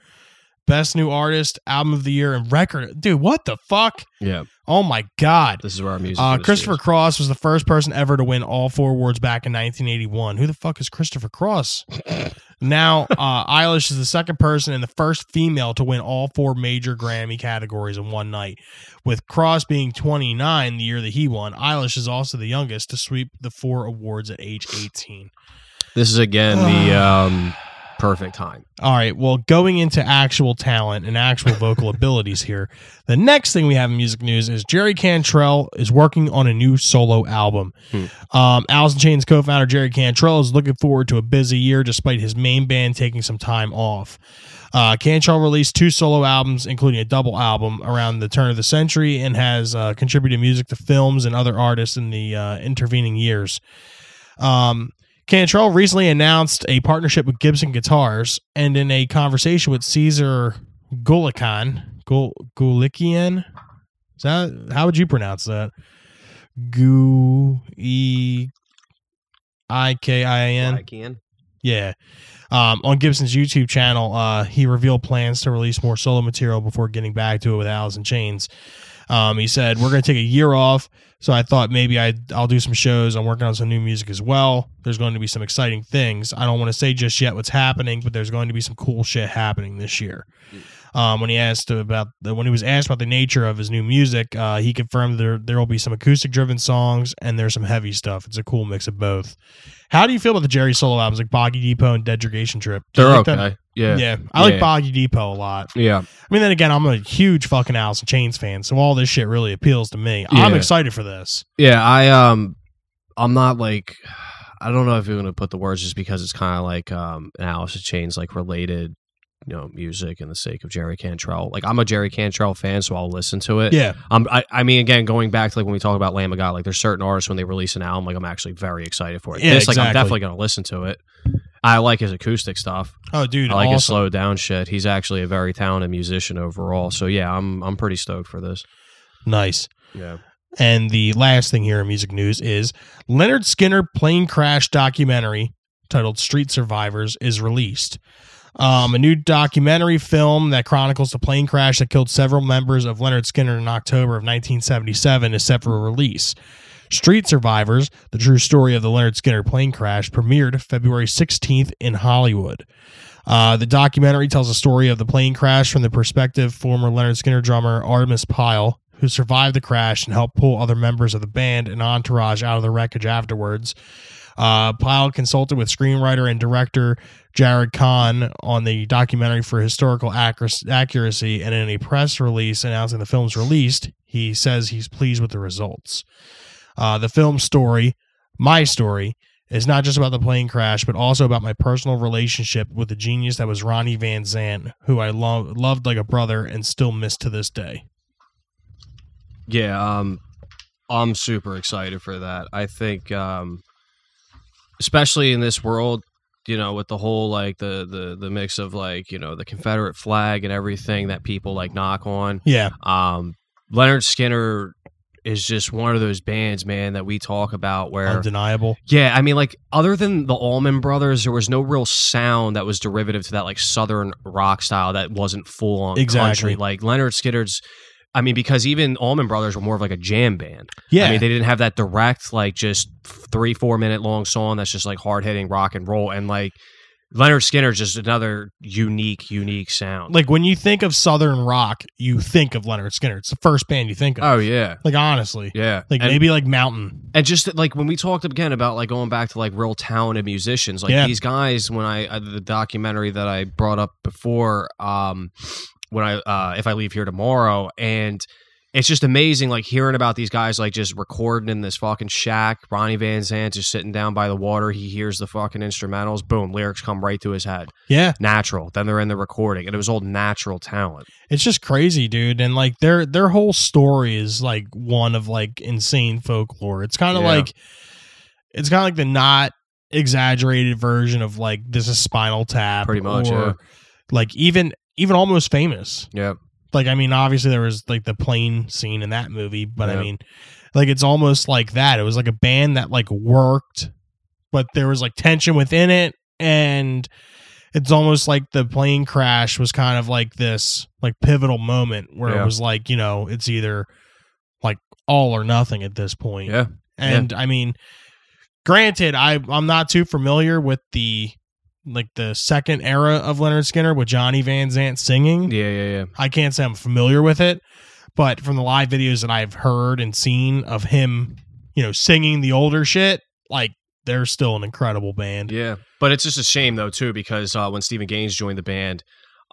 A: Best New Artist, Album of the Year, and Record. Dude, what the fuck?
B: Yeah,
A: Oh my God.
B: this is where our music.
A: Uh,
B: industry
A: Christopher
B: is.
A: Cross was the first person ever to win all four awards back in 1981. Who the fuck is Christopher Cross? now, uh, Eilish is the second person and the first female to win all four major Grammy categories in one night. With Cross being 29 the year that he won, Eilish is also the youngest to sweep the four awards at age 18.
B: This is again
A: <sighs>
B: the um, perfect time.
A: All right. Well, going into actual talent and actual <laughs> vocal abilities here, the next thing we have in music news is Jerry Cantrell is working on a new solo album. Um, Alice in Chains co-founder Jerry Cantrell is looking forward to a busy year despite his main band taking some time off. Uh, Cantrell released two solo albums, including a double album around the turn of the century, and has uh, contributed music to films and other artists in the uh, intervening years. Um, Cantrell recently announced a partnership with Gibson Guitars, and in a conversation with Caesar Gulikan, Gul- Gulikian, is that how would you pronounce that? Gu e i k i a n.
B: Lycan.
A: Yeah. Um, on Gibson's YouTube channel, uh, he revealed plans to release more solo material before getting back to it with Alice in Chains. Um, he said, We're going to take a year off. So I thought maybe I, I'll do some shows. I'm working on some new music as well. There's going to be some exciting things. I don't want to say just yet what's happening, but there's going to be some cool shit happening this year. Um, when he asked about the, when he was asked about the nature of his new music, uh, he confirmed there there will be some acoustic driven songs and there's some heavy stuff. It's a cool mix of both. How do you feel about the Jerry solo albums like Boggy Depot and Degradation Trip? Do you
B: They're
A: like
B: okay.
A: them?
B: Yeah.
A: Yeah.
B: yeah.
A: I like
B: Yeah.
A: Boggy Depot a lot. I mean, then again, I'm a huge fucking Alice in Chains fan, so all this shit really appeals to me. I'm
B: Yeah.
A: excited for this.
B: Yeah, I um I'm not like I don't know if you're gonna put the words just because it's kinda like um an Alice in Chains like related, you know, music and the sake of Jerry Cantrell. Like I'm a Jerry Cantrell fan, so I'll listen to it.
A: Yeah,
B: Um, I, I mean, again, going back to like when we talk about Lamb of God, like there's certain artists when they release an album, like I'm actually very excited for it.
A: Yeah,
B: this, like I'm
A: exactly.
B: definitely gonna listen to it. I like his acoustic stuff.
A: Oh, dude,
B: I like his
A: awesome.
B: slow down shit. He's actually a very talented musician overall. So yeah, I'm I'm pretty stoked for this.
A: nice.
B: Yeah.
A: And the last thing here in music news is Leonard Skinner plane crash documentary titled Street Survivors is released. Um, a new documentary film that chronicles the plane crash that killed several members of Leonard Skinner in October of 1977 is set for release. Street Survivors, the true story of the Leonard Skinner plane crash, premiered February 16th in Hollywood. Uh, the documentary tells the story of the plane crash from the perspective of former Leonard Skinner drummer Artemis Pyle, who survived the crash and helped pull other members of the band and entourage out of the wreckage afterwards. Uh, Pyle consulted with screenwriter and director Jared Kahn on the documentary for historical accuracy, accuracy, and in a press release announcing the film's released, he says he's pleased with the results. Uh, the film story, my story, is not just about the plane crash, but also about my personal relationship with the genius that was Ronnie Van Zant, who I lo- loved like a brother and still miss to this day.
B: Yeah, um, I'm super excited for that. I think, um, especially in this world, you know, with the whole like the the the mix of like you know the Confederate flag and everything that people like knock on.
A: Yeah,
B: Um, Leonard Skinner is just one of those bands, man, that we talk about where
A: undeniable.
B: yeah, I mean, like other than the Allman Brothers, there was no real sound that was derivative to that like Southern rock style that wasn't full on
A: Exactly.
B: country. Like Leonard Skinner's, I mean, because even Allman Brothers were more of like a jam band.
A: Yeah,
B: I mean, they didn't have that direct like just three four minute long song that's just like hard hitting rock and roll. And like Leonard Skinner's just another unique unique sound.
A: like when you think of Southern rock, you think of Leonard Skinner. It's the first band you think of.
B: oh yeah,
A: like honestly,
B: yeah.
A: like
B: And-
A: maybe like Mountain.
B: and just like when we talked again about like going back to like real talented musicians like
A: Yeah.
B: these guys when I, I the documentary that i brought up before um when i uh if i leave here tomorrow and it's just amazing like hearing about these guys like just recording in this fucking shack ronnie van zant just sitting down by the water he hears the fucking instrumentals boom lyrics come right to his head
A: Yeah,
B: natural then they're in the recording and it was all natural talent
A: it's just crazy, dude. And like their their whole story is like one of like insane folklore. It's kind of
B: Yeah.
A: like it's kind of like the not exaggerated version of like this is Spinal Tap,
B: pretty much yeah
A: like even even almost famous.
B: yeah
A: Like I mean, obviously there was like the plane scene in that movie, but I
B: Yeah.
A: mean, like it's almost like that. It was like a band that like worked, but there was like tension within it, and it's almost like the plane crash was kind of like this like pivotal moment where it
B: Yeah.
A: was like you know it's either like all or nothing at this point.
B: yeah
A: And I mean, granted, I I'm not too familiar with the like the second era of Leonard Skinner with Johnny Van Zant singing.
B: yeah yeah yeah
A: I can't say I'm familiar with it, but from the live videos that I've heard and seen of him, you know, singing the older shit, like they're still an incredible band.
B: Yeah, but it's just a shame though too because uh, when Stephen Gaines joined the band,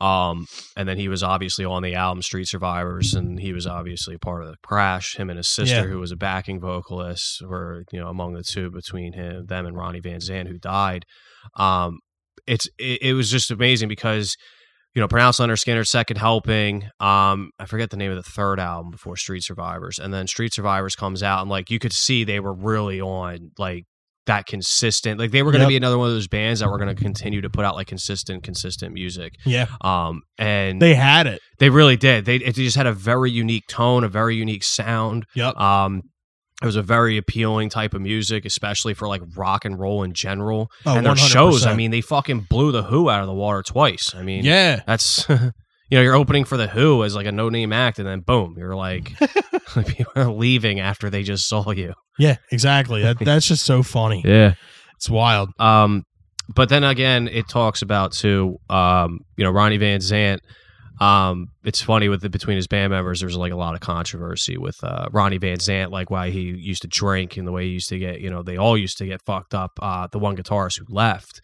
B: um, and then he was obviously on the album Street Survivors, and he was obviously a part of the crash. Him and his sister,
A: Yeah.
B: who was a backing vocalist, were you know among the two between him, them, and Ronnie Van Zant, who died. Um, it's it, it was just amazing because. You know, pronounced Leonard Skinner's second helping. Um, I forget the name of the third album before Street Survivors, and then Street Survivors comes out, and like you could see they were really on like that consistent. Like they were going to
A: Yep.
B: be another one of those bands that were going to continue to put out like consistent, consistent music.
A: Yeah.
B: Um, and they,
A: They had it.
B: they really did. They it just had a very unique tone, a very unique sound.
A: Yep.
B: Um, it was a very appealing type of music, especially for like rock and roll in general.
A: Oh,
B: and their shows, I
A: 100%.
B: mean, they fucking blew the Who out of the water twice. I mean,
A: yeah.
B: that's <laughs> you know, you're opening for the Who as like a no name act, and then boom,
A: <laughs>
B: you're like <laughs> people are leaving after they just saw you.
A: Yeah, exactly.
B: <laughs>
A: That, that's just so funny.
B: Yeah.
A: It's wild.
B: Um, but then again, it talks about too, um, you know, Ronnie Van Zant Um, it's funny with the, between his band members, there's like a lot of controversy with uh, Ronnie Van Zant, like why he used to drink and the way he used to get, you know, they all used to get fucked up. Uh, the one guitarist who left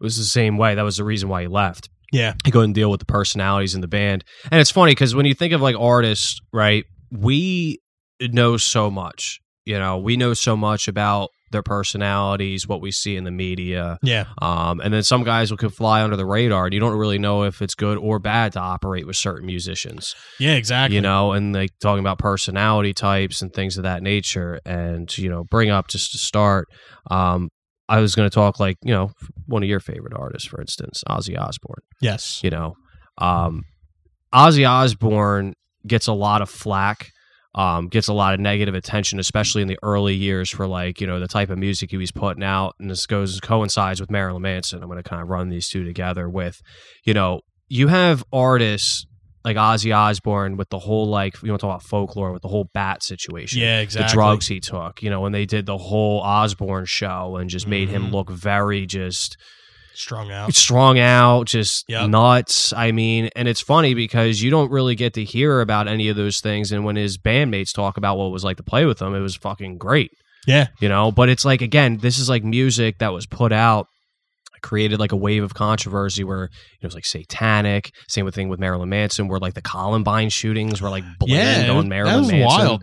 B: was the same way. That was the reason why he left.
A: Yeah.
B: he couldn't deal with the personalities in the band. And it's funny because when you think of like artists, right, we know so much. You know, we know so much about their personalities, what we see in the media,
A: Yeah.
B: um, and then some guys will could fly under the radar, and you don't really know if it's good or bad to operate with certain musicians,
A: Yeah, exactly.
B: you know. And like talking about personality types and things of that nature, and you know, bring up just to start. Um, I was going to talk like you know one of your favorite artists, for instance, Ozzy Osbourne.
A: Yes.
B: You know, um, Ozzy Osbourne gets a lot of flack, um, gets a lot of negative attention, especially in the early years for like you know the type of music he was putting out, and this goes coincides with Marilyn Manson. I'm going to kind of run these two together with, you know, you have artists like Ozzy Osbourne with the whole like you want to talk about folklore with the whole bat situation
A: Yeah, exactly.
B: the drugs he took you know when they did the whole osborne show and just made him
A: Mhm.
B: look very just
A: strung out.
B: strung out, just
A: Yep.
B: nuts. I mean, and it's funny because you don't really get to hear about any of those things. And when his bandmates talk about what it was like to play with him, it was fucking great.
A: Yeah.
B: You know, but it's like, again, this is like music that was put out. Created like a wave of controversy where it was like satanic. Same thing with Marilyn Manson, where like the Columbine shootings were like blamed
A: Yeah,
B: on
A: that
B: Marilyn
A: was
B: Manson.
A: wild.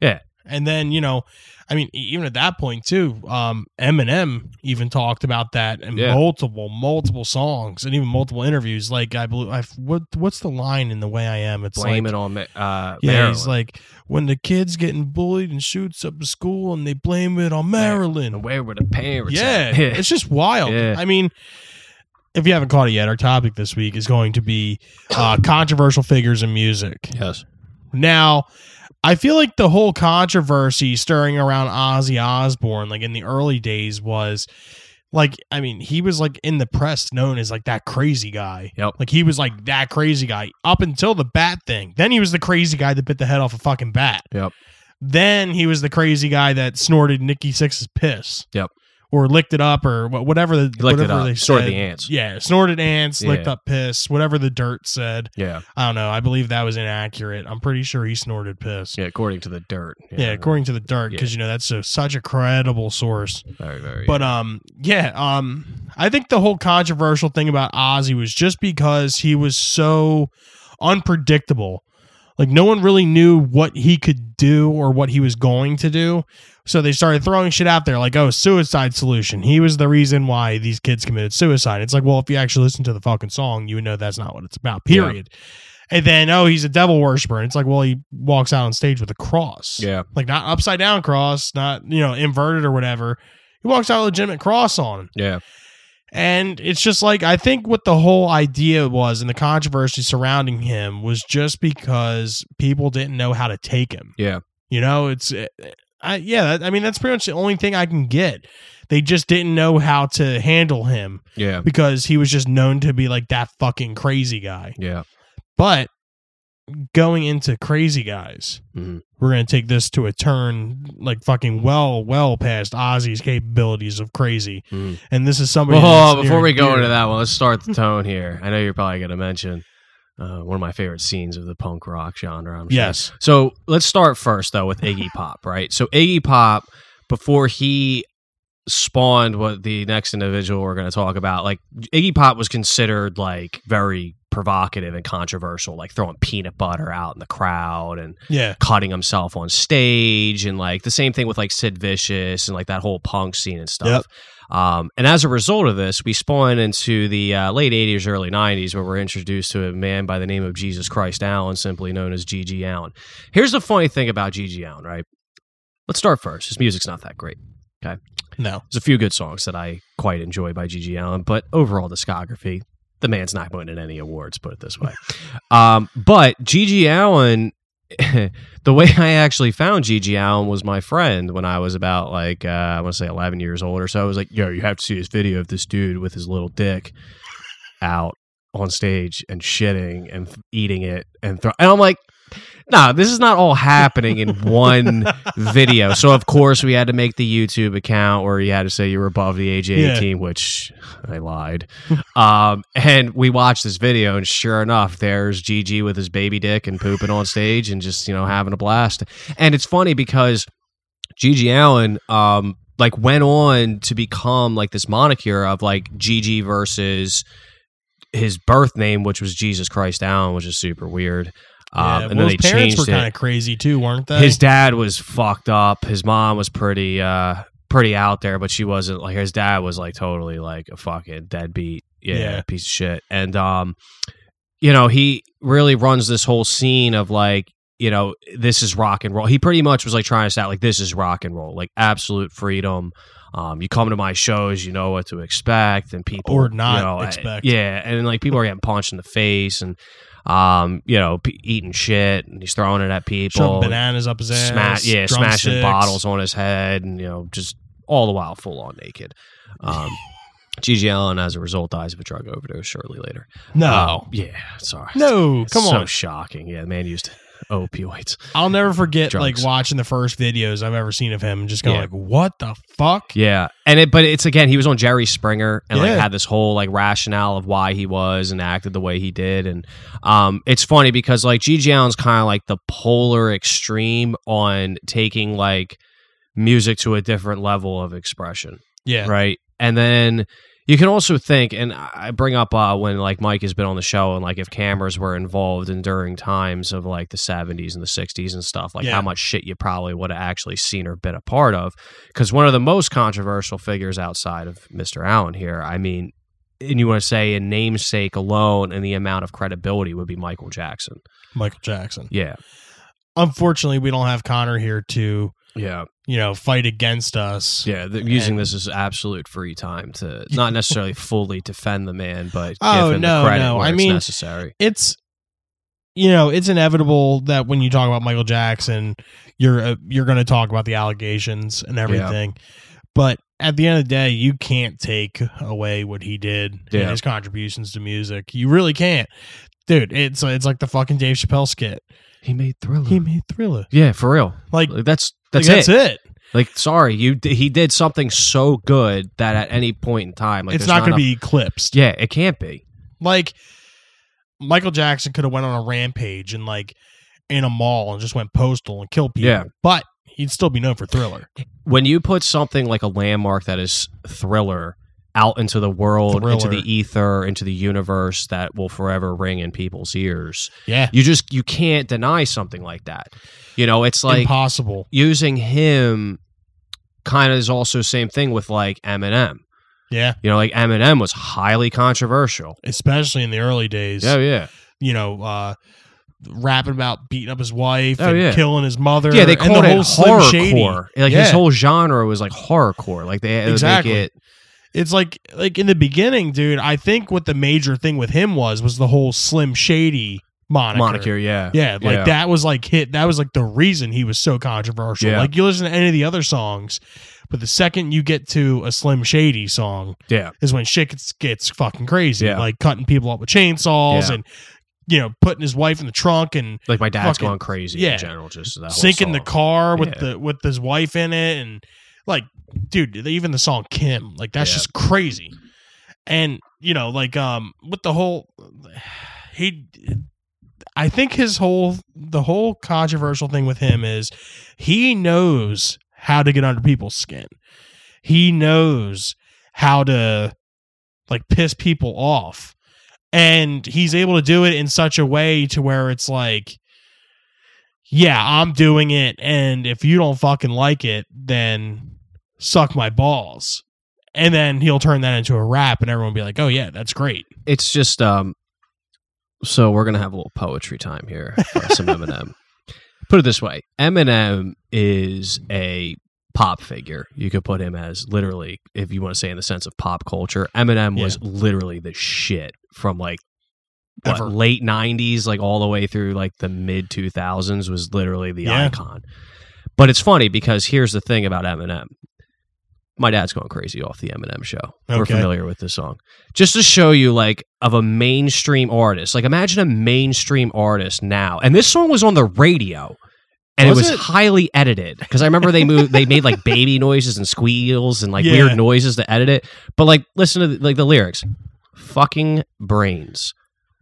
B: Yeah.
A: And then you know, I mean, e- even at that point too, um, Eminem even talked about that in
B: Yeah.
A: multiple, multiple songs and even multiple interviews. Like I believe, I what what's the line in the way I am? It's
B: Blame
A: like,
B: it on Ma- uh,
A: Yeah,
B: Marilyn.
A: he's like when the kids getting bullied and shoots up the school and they blame it on
B: and
A: Maryland.
B: where were the parents?
A: Yeah,
B: <laughs> at?
A: it's just wild.
B: Yeah.
A: I mean, if you haven't caught it yet, our topic this week is going to be uh, controversial figures in music.
B: yes,
A: Now, I feel like the whole controversy stirring around Ozzy Osbourne, like in the early days, was like, I mean, he was like in the press known as like that crazy guy.
B: Yep.
A: Like he was like that crazy guy up until the bat thing. Then he was the crazy guy that bit the head off a fucking bat.
B: Yep.
A: Then he was the crazy guy that snorted Nikki Six's piss.
B: Yep.
A: Or licked it up or wha- whatever the
B: he licked it
A: whatever
B: up.
A: they
B: Sort of
A: said.
B: the ants.
A: Yeah, snorted ants, licked
B: Yeah.
A: up piss, whatever the dirt said.
B: Yeah,
A: I don't know. I believe that was inaccurate. I'm pretty sure he snorted piss.
B: yeah. According to the dirt.
A: Yeah, according to the dirt, because you know that's a, such a credible source.
B: Very, very.
A: But um, yeah, um, I think the whole controversial thing about Ozzy was just because he was so unpredictable. Like no one really knew what he could do or what he was going to do. So they started throwing shit out there like, oh, suicide solution. He was the reason why these kids committed suicide. It's like, well, if you actually listen to the fucking song, you would know that's not what it's about,
B: Yeah.
A: period. And then, oh, he's a devil worshiper. And it's like, well, he walks out on stage with a cross
B: yeah,
A: like not upside down cross, not you know inverted or whatever. He walks out a legitimate cross on him.
B: yeah,
A: And it's just like I think what the whole idea was and the controversy surrounding him was just because people didn't know how to take him.
B: yeah,
A: You know, it's eh, I yeah, that- I mean that's pretty much the only thing I can get. They just didn't know how to handle him
B: yeah,
A: because he was just known to be like that fucking crazy guy.
B: yeah.
A: But going into crazy guys,
B: Mhm.
A: we're going to take this to a turn like fucking well, well past Ozzy's capabilities of crazy.
B: Mhm.
A: And this is somebody.
B: Well,
A: that's
B: before
A: near
B: we
A: and
B: go
A: dear.
B: into that one, let's start the tone here. I know you're probably going to mention uh, one of my favorite scenes of the punk rock genre. I'm sure.
A: Yes.
B: So let's start first though with Iggy Pop, right? So Iggy Pop, before he spawned what the next individual we're going to talk about, like Iggy Pop was considered like very provocative and controversial, like throwing peanut butter out in the crowd and
A: Yeah.
B: cutting himself on stage and like the same thing with like Sid Vicious and like that whole punk scene and stuff. Um, and as a result of this, we spawn into the uh, late 80s, early 90s, where we're introduced to a man by the name of Jesus Christ Allen, simply known as G.G. Allen. Here's the funny thing about G.G. Allen, right? Let's start first. His music's not that great.
A: No.
B: There's a few good songs that I quite enjoy by G.G. Allen, but overall discography, the man's not winning any awards, put it this way. um, but G.G. Allen, <laughs> the way I actually found G.G. Allen was my friend when I was about like, uh, I want to say 11 years old or so. I was like, yo, you have to see this video of this dude with his little dick out on stage and shitting and eating it. And, throw and I'm like, no, this is not all happening in one video. So of course we had to make the YouTube account where you had to say you were above the age of
A: Yeah.
B: eighteen, which I lied. um, and we watched this video, and sure enough, there's Gigi with his baby dick and pooping on stage and just you know having a blast. And it's funny because Gigi Allen, um, like went on to become like this moniker of like Gigi versus his birth name, which was Jesus Christ Allen, which is super weird. Um,
A: Yeah,
B: and
A: well,
B: then they
A: his parents
B: changed
A: were
B: it.
A: kind of crazy too, weren't they?
B: His dad was fucked up. His mom was pretty uh pretty out there, but she wasn't like his dad was like totally like a fucking deadbeat, yeah,
A: Yeah.
B: piece of shit. And um you know, he really runs this whole scene of like you know, this is rock and roll. He pretty much was like trying to say, like, this is rock and roll, like absolute freedom. Um, you come to my shows, you know what to expect, and people
A: Or
B: you
A: not
B: know, I-
A: expect.
B: Yeah, and like people are getting punched in the face, and um, you know, p- eating shit, and he's throwing it at people,
A: shoved bananas up his ass.
B: sma- yeah,
A: drumsticks.
B: smashing bottles on his head, and you know, just all the while full on naked.
A: <laughs>
B: Um, Gigi Allen, as a result, dies of a drug overdose shortly later.
A: No,
B: Um, yeah, sorry,
A: Oh. no,
B: It's
A: come
B: so
A: on.
B: shocking. Yeah, the man used opioids.
A: I'll never forget
B: Drugs.
A: like watching the first videos I've ever seen of him, and just going
B: Yeah.
A: like, "What the fuck?"
B: Yeah, and it, but it's again, he was on Jerry Springer and like
A: Yeah.
B: had this whole like rationale of why he was and acted the way he did, and um, it's funny because like Gigi Allen's kind of like the polar extreme on taking like music to a different level of expression.
A: Yeah,
B: right? And then you can also think, and I bring up uh, when like Mike has been on the show, and like if cameras were involved in during times of like the '70s and the '60s and stuff, like
A: Yeah.
B: how much shit you probably would have actually seen or been a part of. Because one of the most controversial figures outside of Mr. Allen here, I mean, and you want to say in namesake alone and the amount of credibility would be Michael Jackson.
A: Michael Jackson.
B: Yeah,
A: Unfortunately, we don't have Connor here to
B: yeah,
A: you know fight against us.
B: yeah. The, using this as absolute free time to
A: <laughs>
B: not necessarily fully defend the man, but
A: Oh,
B: give him
A: no,
B: the credit
A: no.
B: where
A: I
B: it's
A: mean,
B: necessary.
A: It's you know it's inevitable that when you talk about Michael Jackson, you're uh, you're going to talk about the allegations and everything, but. At the end of the day, you can't take away what he did
B: Yeah.
A: and his contributions to music. You really can't, dude. It's it's like the fucking Dave Chappelle skit.
B: He made Thriller.
A: He made Thriller.
B: yeah, for real.
A: Like
B: Hmm. Like, that's that's,
A: like,
B: it.
A: That's it.
B: Like sorry, you d- he did something so good that at any point in time, like
A: it's
B: there's
A: not going to
B: enough-
A: be eclipsed.
B: Yeah, it can't be.
A: Like Michael Jackson could have went on a rampage and like in a mall and just went postal and killed people.
B: Yeah.
A: But he'd still be known for Thriller.
B: When you put something like a landmark that is Thriller out into the world, into
A: Thriller.
B: the ether, into the universe that will forever ring in people's ears,
A: Yeah.
B: you just you can't deny something like that. You know, it's like
A: Impossible.
B: using him kind of is also same thing with like Eminem.
A: Yeah.
B: You know, like Eminem was highly controversial.
A: Especially in the early days.
B: Oh yeah.
A: You know, uh rapping about beating up his wife
B: Oh,
A: and
B: yeah.
A: killing his mother.
B: Yeah, they
A: and
B: called
A: the
B: it
A: whole Slim Shady.
B: horrorcore. Like his
A: Yeah.
B: whole genre was like horrorcore. Like they
A: Exactly.
B: exactly. make it.
A: It's like like in the beginning, dude, I think what the major thing with him was was the whole Slim Shady moniker.
B: Moniker, yeah.
A: Yeah, like
B: Yeah.
A: that was like hit. That was like the reason he was so controversial.
B: Yeah.
A: Like you listen to any of the other songs, but the second you get to a Slim Shady song
B: Yeah.
A: is when shit gets, gets fucking crazy.
B: Yeah.
A: Like cutting people up with chainsaws
B: Yeah.
A: and you know putting his wife in the trunk and
B: Like my dad's
A: Fucking-
B: gone crazy
A: yeah.
B: in general, just to that whole
A: sinking the
B: song.
A: car with
B: Yeah.
A: the with his wife in it and like dude even the song kim like that's
B: Yeah.
A: just crazy and you know like um with the whole he i think his whole the whole controversial thing with him is he knows how to get under people's skin he knows how to like piss people off and he's able to do it in such a way to where it's like yeah i'm doing it and if you don't fucking like it then suck my balls and then he'll turn that into a rap and everyone will be like oh yeah that's great
B: It's just um. So we're gonna have a little poetry time here. for
A: <laughs>
B: Some Eminem. Put it this way: Eminem is a pop figure. You could put him as literally, if you want to say in the sense of pop culture, Eminem was literally the shit from like what,
A: Ever.
B: late 90s like all the way through like the mid 2000s was literally the
A: Yeah.
B: icon but it's funny because here's the thing about eminem my dad's going crazy off the Eminem show. We're
A: Okay.
B: familiar with this song. Just to show you, like, of a mainstream artist. Like, imagine a mainstream artist now. And this song was on the radio, and
A: Was
B: it was
A: it?
B: highly edited because I remember they moved, they made like baby noises and squeals and like
A: Yeah.
B: weird noises to edit it. But like, listen to the, like the lyrics: "Fucking brains,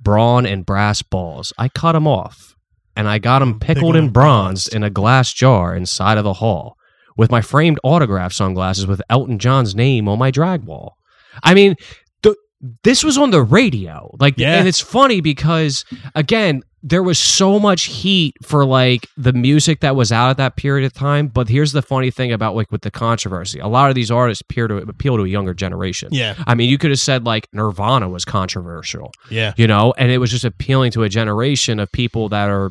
B: brawn and brass balls. I cut them off, and I got them pickled,
A: Pickled
B: and
A: and
B: bronzed
A: bronzed.
B: in a glass jar inside of the hall." with my framed autograph sunglasses with Elton John's name on my drag wall. I mean, th- this was on the radio. Like,
A: Yeah.
B: and it's funny because, again, there was so much heat for like the music that was out at that period of time. But here's the funny thing about like with the controversy a lot of these artists appear to appeal to a younger generation.
A: Yeah.
B: I mean, you could have said like Nirvana was controversial
A: Yeah.
B: you know and it was just appealing to a generation of people that are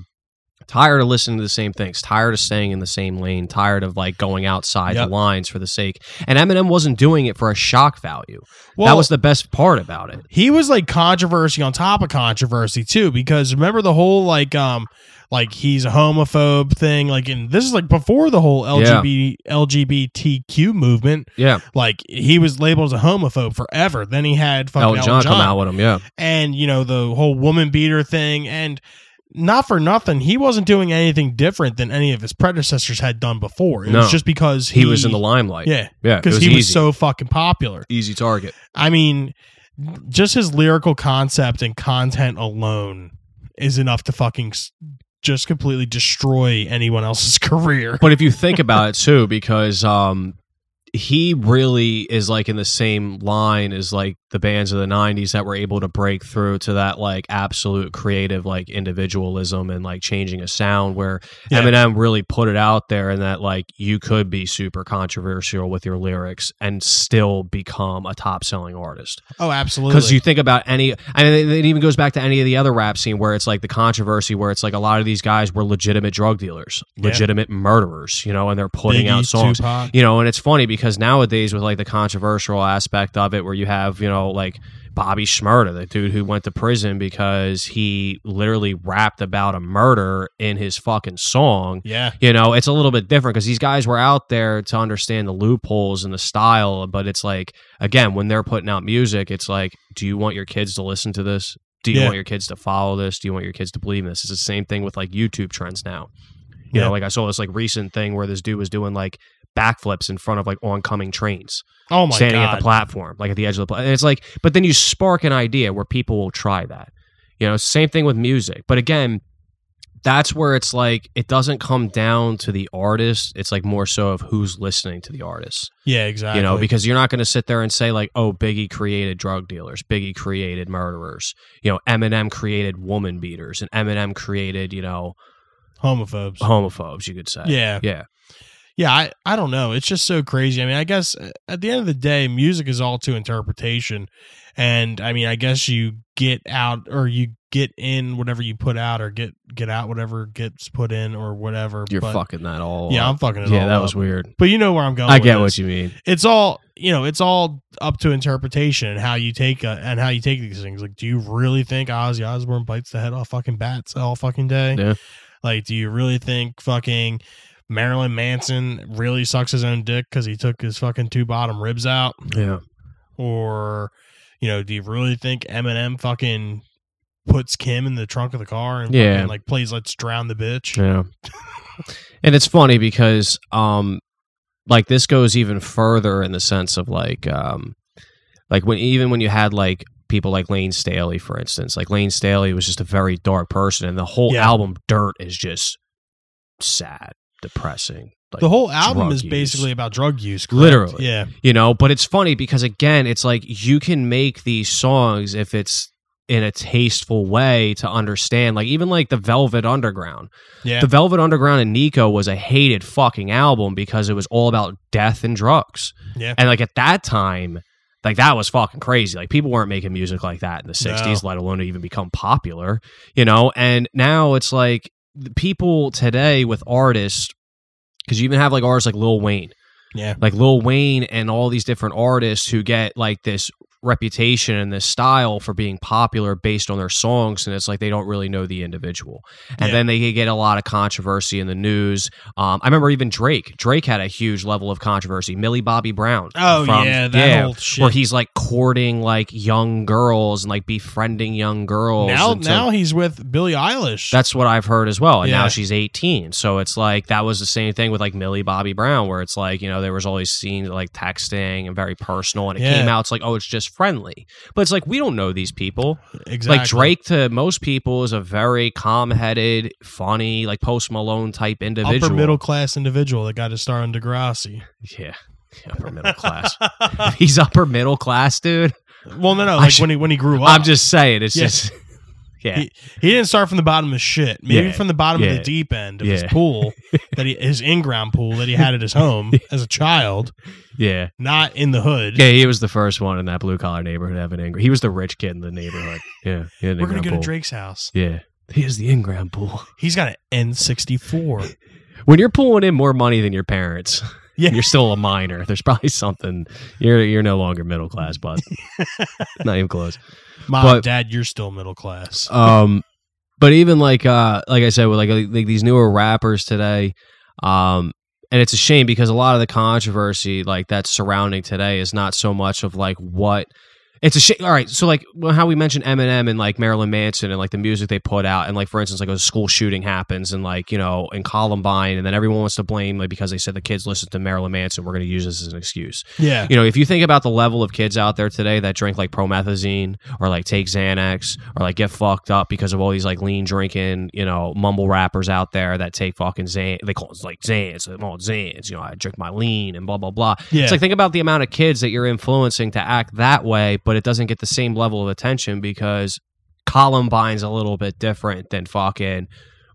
B: tired of listening to the same things tired of staying in the same lane tired of like going outside
A: Yep.
B: the lines for the sake and eminem wasn't doing it for a shock value
A: Well,
B: that was the best part about it
A: he was like controversy on top of controversy too because remember the whole like um like he's a homophobe thing like and this is like before the whole LGBT LGBTQ movement
B: yeah
A: like he was labeled as a homophobe forever then he had fucking
B: elton john come out with him yeah
A: and you know the whole woman beater thing and not for nothing he wasn't doing anything different than any of his predecessors had done before it
B: No.
A: was just because
B: he,
A: he,
B: was in the limelight
A: yeah
B: yeah it
A: because he was
B: easy.
A: so fucking popular
B: easy target
A: I mean, just his lyrical concept and content alone is enough to fucking s- just completely destroy anyone else's <laughs> career.
B: But if you think about it too, because um, he really is like in the same line as like the bands of the '90s that were able to break through to that like absolute creative like individualism and like changing a sound where
A: Yeah.
B: Eminem really put it out there and that like you could be super controversial with your lyrics and still become a top selling artist.
A: Oh, absolutely.
B: Because you think about any, I mean, it- it even goes back to any of the other rap scene where it's like the controversy where it's like a lot of these guys were legitimate drug dealers,
A: Yeah.
B: legitimate murderers, you know, and they're putting out
A: Biggie,
B: songs.
A: Tupac.
B: You know, and it's funny because nowadays with like the controversial aspect of it, where you have you know like Bobby Shmurda, the dude who went to prison because he literally rapped about a murder in his fucking song,
A: Yeah.
B: you know it's a little bit different because these guys were out there to understand the loopholes and the style but it's like again when they're putting out music it's like do you want your kids to listen to this do you
A: Yeah.
B: want your kids to follow this do you want your kids to believe in this it's the same thing with like youtube trends now you
A: Yeah.
B: know like i saw this like recent thing where this dude was doing like backflips in front of like oncoming trains
A: Oh my
B: standing
A: god.
B: at the platform like at the edge of the platform it's like but then you spark an idea where people will try that you know same thing with music but again that's where it's like it doesn't come down to the artist it's like more so of who's listening to the artist
A: yeah, exactly.
B: you know because you're not going to sit there and say like oh biggie created drug dealers biggie created murderers you know eminem created woman beaters and eminem created you know
A: homophobes.
B: homophobes you could say
A: yeah.
B: yeah
A: Yeah, I, I don't know. It's just so crazy. I mean, I guess uh, at the end of the day, music is all to interpretation. And I mean, I guess you get out or you get in whatever you put out or get get out whatever gets put in or whatever.
B: you're
A: but,
B: fucking that all
A: Yeah,
B: up.
A: I'm fucking it
B: yeah
A: all
B: that
A: up.
B: was weird
A: But you know where I'm going.
B: i
A: with
B: get
A: this.
B: what you mean
A: it's all you know it's all up to interpretation and how you take uh, and how you take these things like do you really think ozzy osbourne bites the head off fucking bats all fucking day
B: Yeah.
A: like do you really think fucking marilyn manson really sucks his own dick because he took his fucking two bottom ribs out
B: yeah
A: or you know do you really think eminem fucking puts kim in the trunk of the car and
B: Yeah.
A: fucking, like plays let's drown the bitch
B: Yeah. and it's funny because um like this goes even further in the sense of like um like when even when you had like people like Lane Staley for instance, like Lane Staley was just a very dark person and the whole
A: Yeah.
B: album Dirt is just sad, depressing. Like,
A: the whole album
B: drug
A: is
B: use.
A: basically about drug use correct?
B: Literally.
A: yeah
B: you know but it's funny because again it's like you can make these songs if it's in a tasteful way to understand like even like the velvet underground
A: Yeah.
B: the velvet underground and nico was a hated fucking album because it was all about death and drugs
A: Yeah.
B: and like at that time like that was fucking crazy like people weren't making music like that in the 60s let alone to even become popular you know and now it's like the people today with artists because you even have like artists like lil wayne
A: yeah
B: like Lil Wayne and all these different artists who get like this reputation and this style for being popular based on their songs and it's like they don't really know the individual and
A: Yeah.
B: then they could get a lot of controversy in the news um, i remember even drake drake had a huge level of controversy millie bobby brown
A: Oh
B: from-
A: yeah, that whole
B: where
A: shit.
B: he's like courting like young girls and like befriending young girls
A: now
B: and so-
A: now he's with Billie Eilish.
B: that's what I've heard as well. And
A: Yeah.
B: now she's 18. So it's like that was the same thing with like Millie Bobby Brown, where it's like, you know, there was always scenes like texting and very personal. And it
A: Yeah.
B: came out, it's like, oh, it's just friendly. But it's like, we don't know these people.
A: exactly
B: Like Drake to most people is a very calm headed, funny, like post Malone type individual.
A: upper middle class individual that got his star on Degrassi.
B: <laughs> Yeah. Upper middle class. <laughs> He's upper middle class, dude.
A: well, no, no,
B: I
A: like
B: should-
A: when he when he grew up,
B: I'm just saying. It's
A: Yeah.
B: just, <laughs> yeah.
A: He, he didn't start from the bottom of shit. Maybe
B: Yeah.
A: from the bottom of
B: Yeah.
A: the deep end of his
B: Yeah. <laughs>
A: pool that he, his in-ground pool that he had at his home as a child,
B: yeah.
A: not in the hood.
B: Yeah, he was the first one in that blue collar neighborhood to have an Ingram. He was the rich kid in
A: <laughs>
B: the neighborhood. Yeah, he had an
A: We're gonna
B: Ingram
A: go
B: pool.
A: to Drake's house.
B: Yeah, he has the Ingram pool.
A: He's got an N64.
B: When you're pulling in more money than your parents, <laughs>
A: Yeah.
B: you're still a minor. There's probably something. You're you're no longer middle
A: <laughs>
B: class, bud. Not even close.
A: Mom,
B: But-
A: Dad, you're still middle class.
B: Um, but even like uh, like I said, with like like these newer rappers today, um, and it's a shame because a lot of the controversy like that's surrounding today is not so much of like what. It's a shame. All right, so like well, how we mentioned Eminem and like Marilyn Manson and like the music they put out, and like for instance, like a school shooting happens, and like you know in Columbine, and then everyone wants to blame like because they said the kids listened to Marilyn Manson, we're going to use this as an excuse
A: yeah.
B: you know, if you think about the level of kids out there today that drink like promethazine or like take Xanax or like get fucked up because of all these like lean drinking, you know, mumble rappers out there that take fucking Xan, they call it like Xans, they call it Xans, you know, I drink my lean and blah, blah, blah.
A: Yeah.
B: It's like think about the amount of kids that you're influencing to act that way, but it doesn't get the same level of attention because Columbine's a little bit different than fucking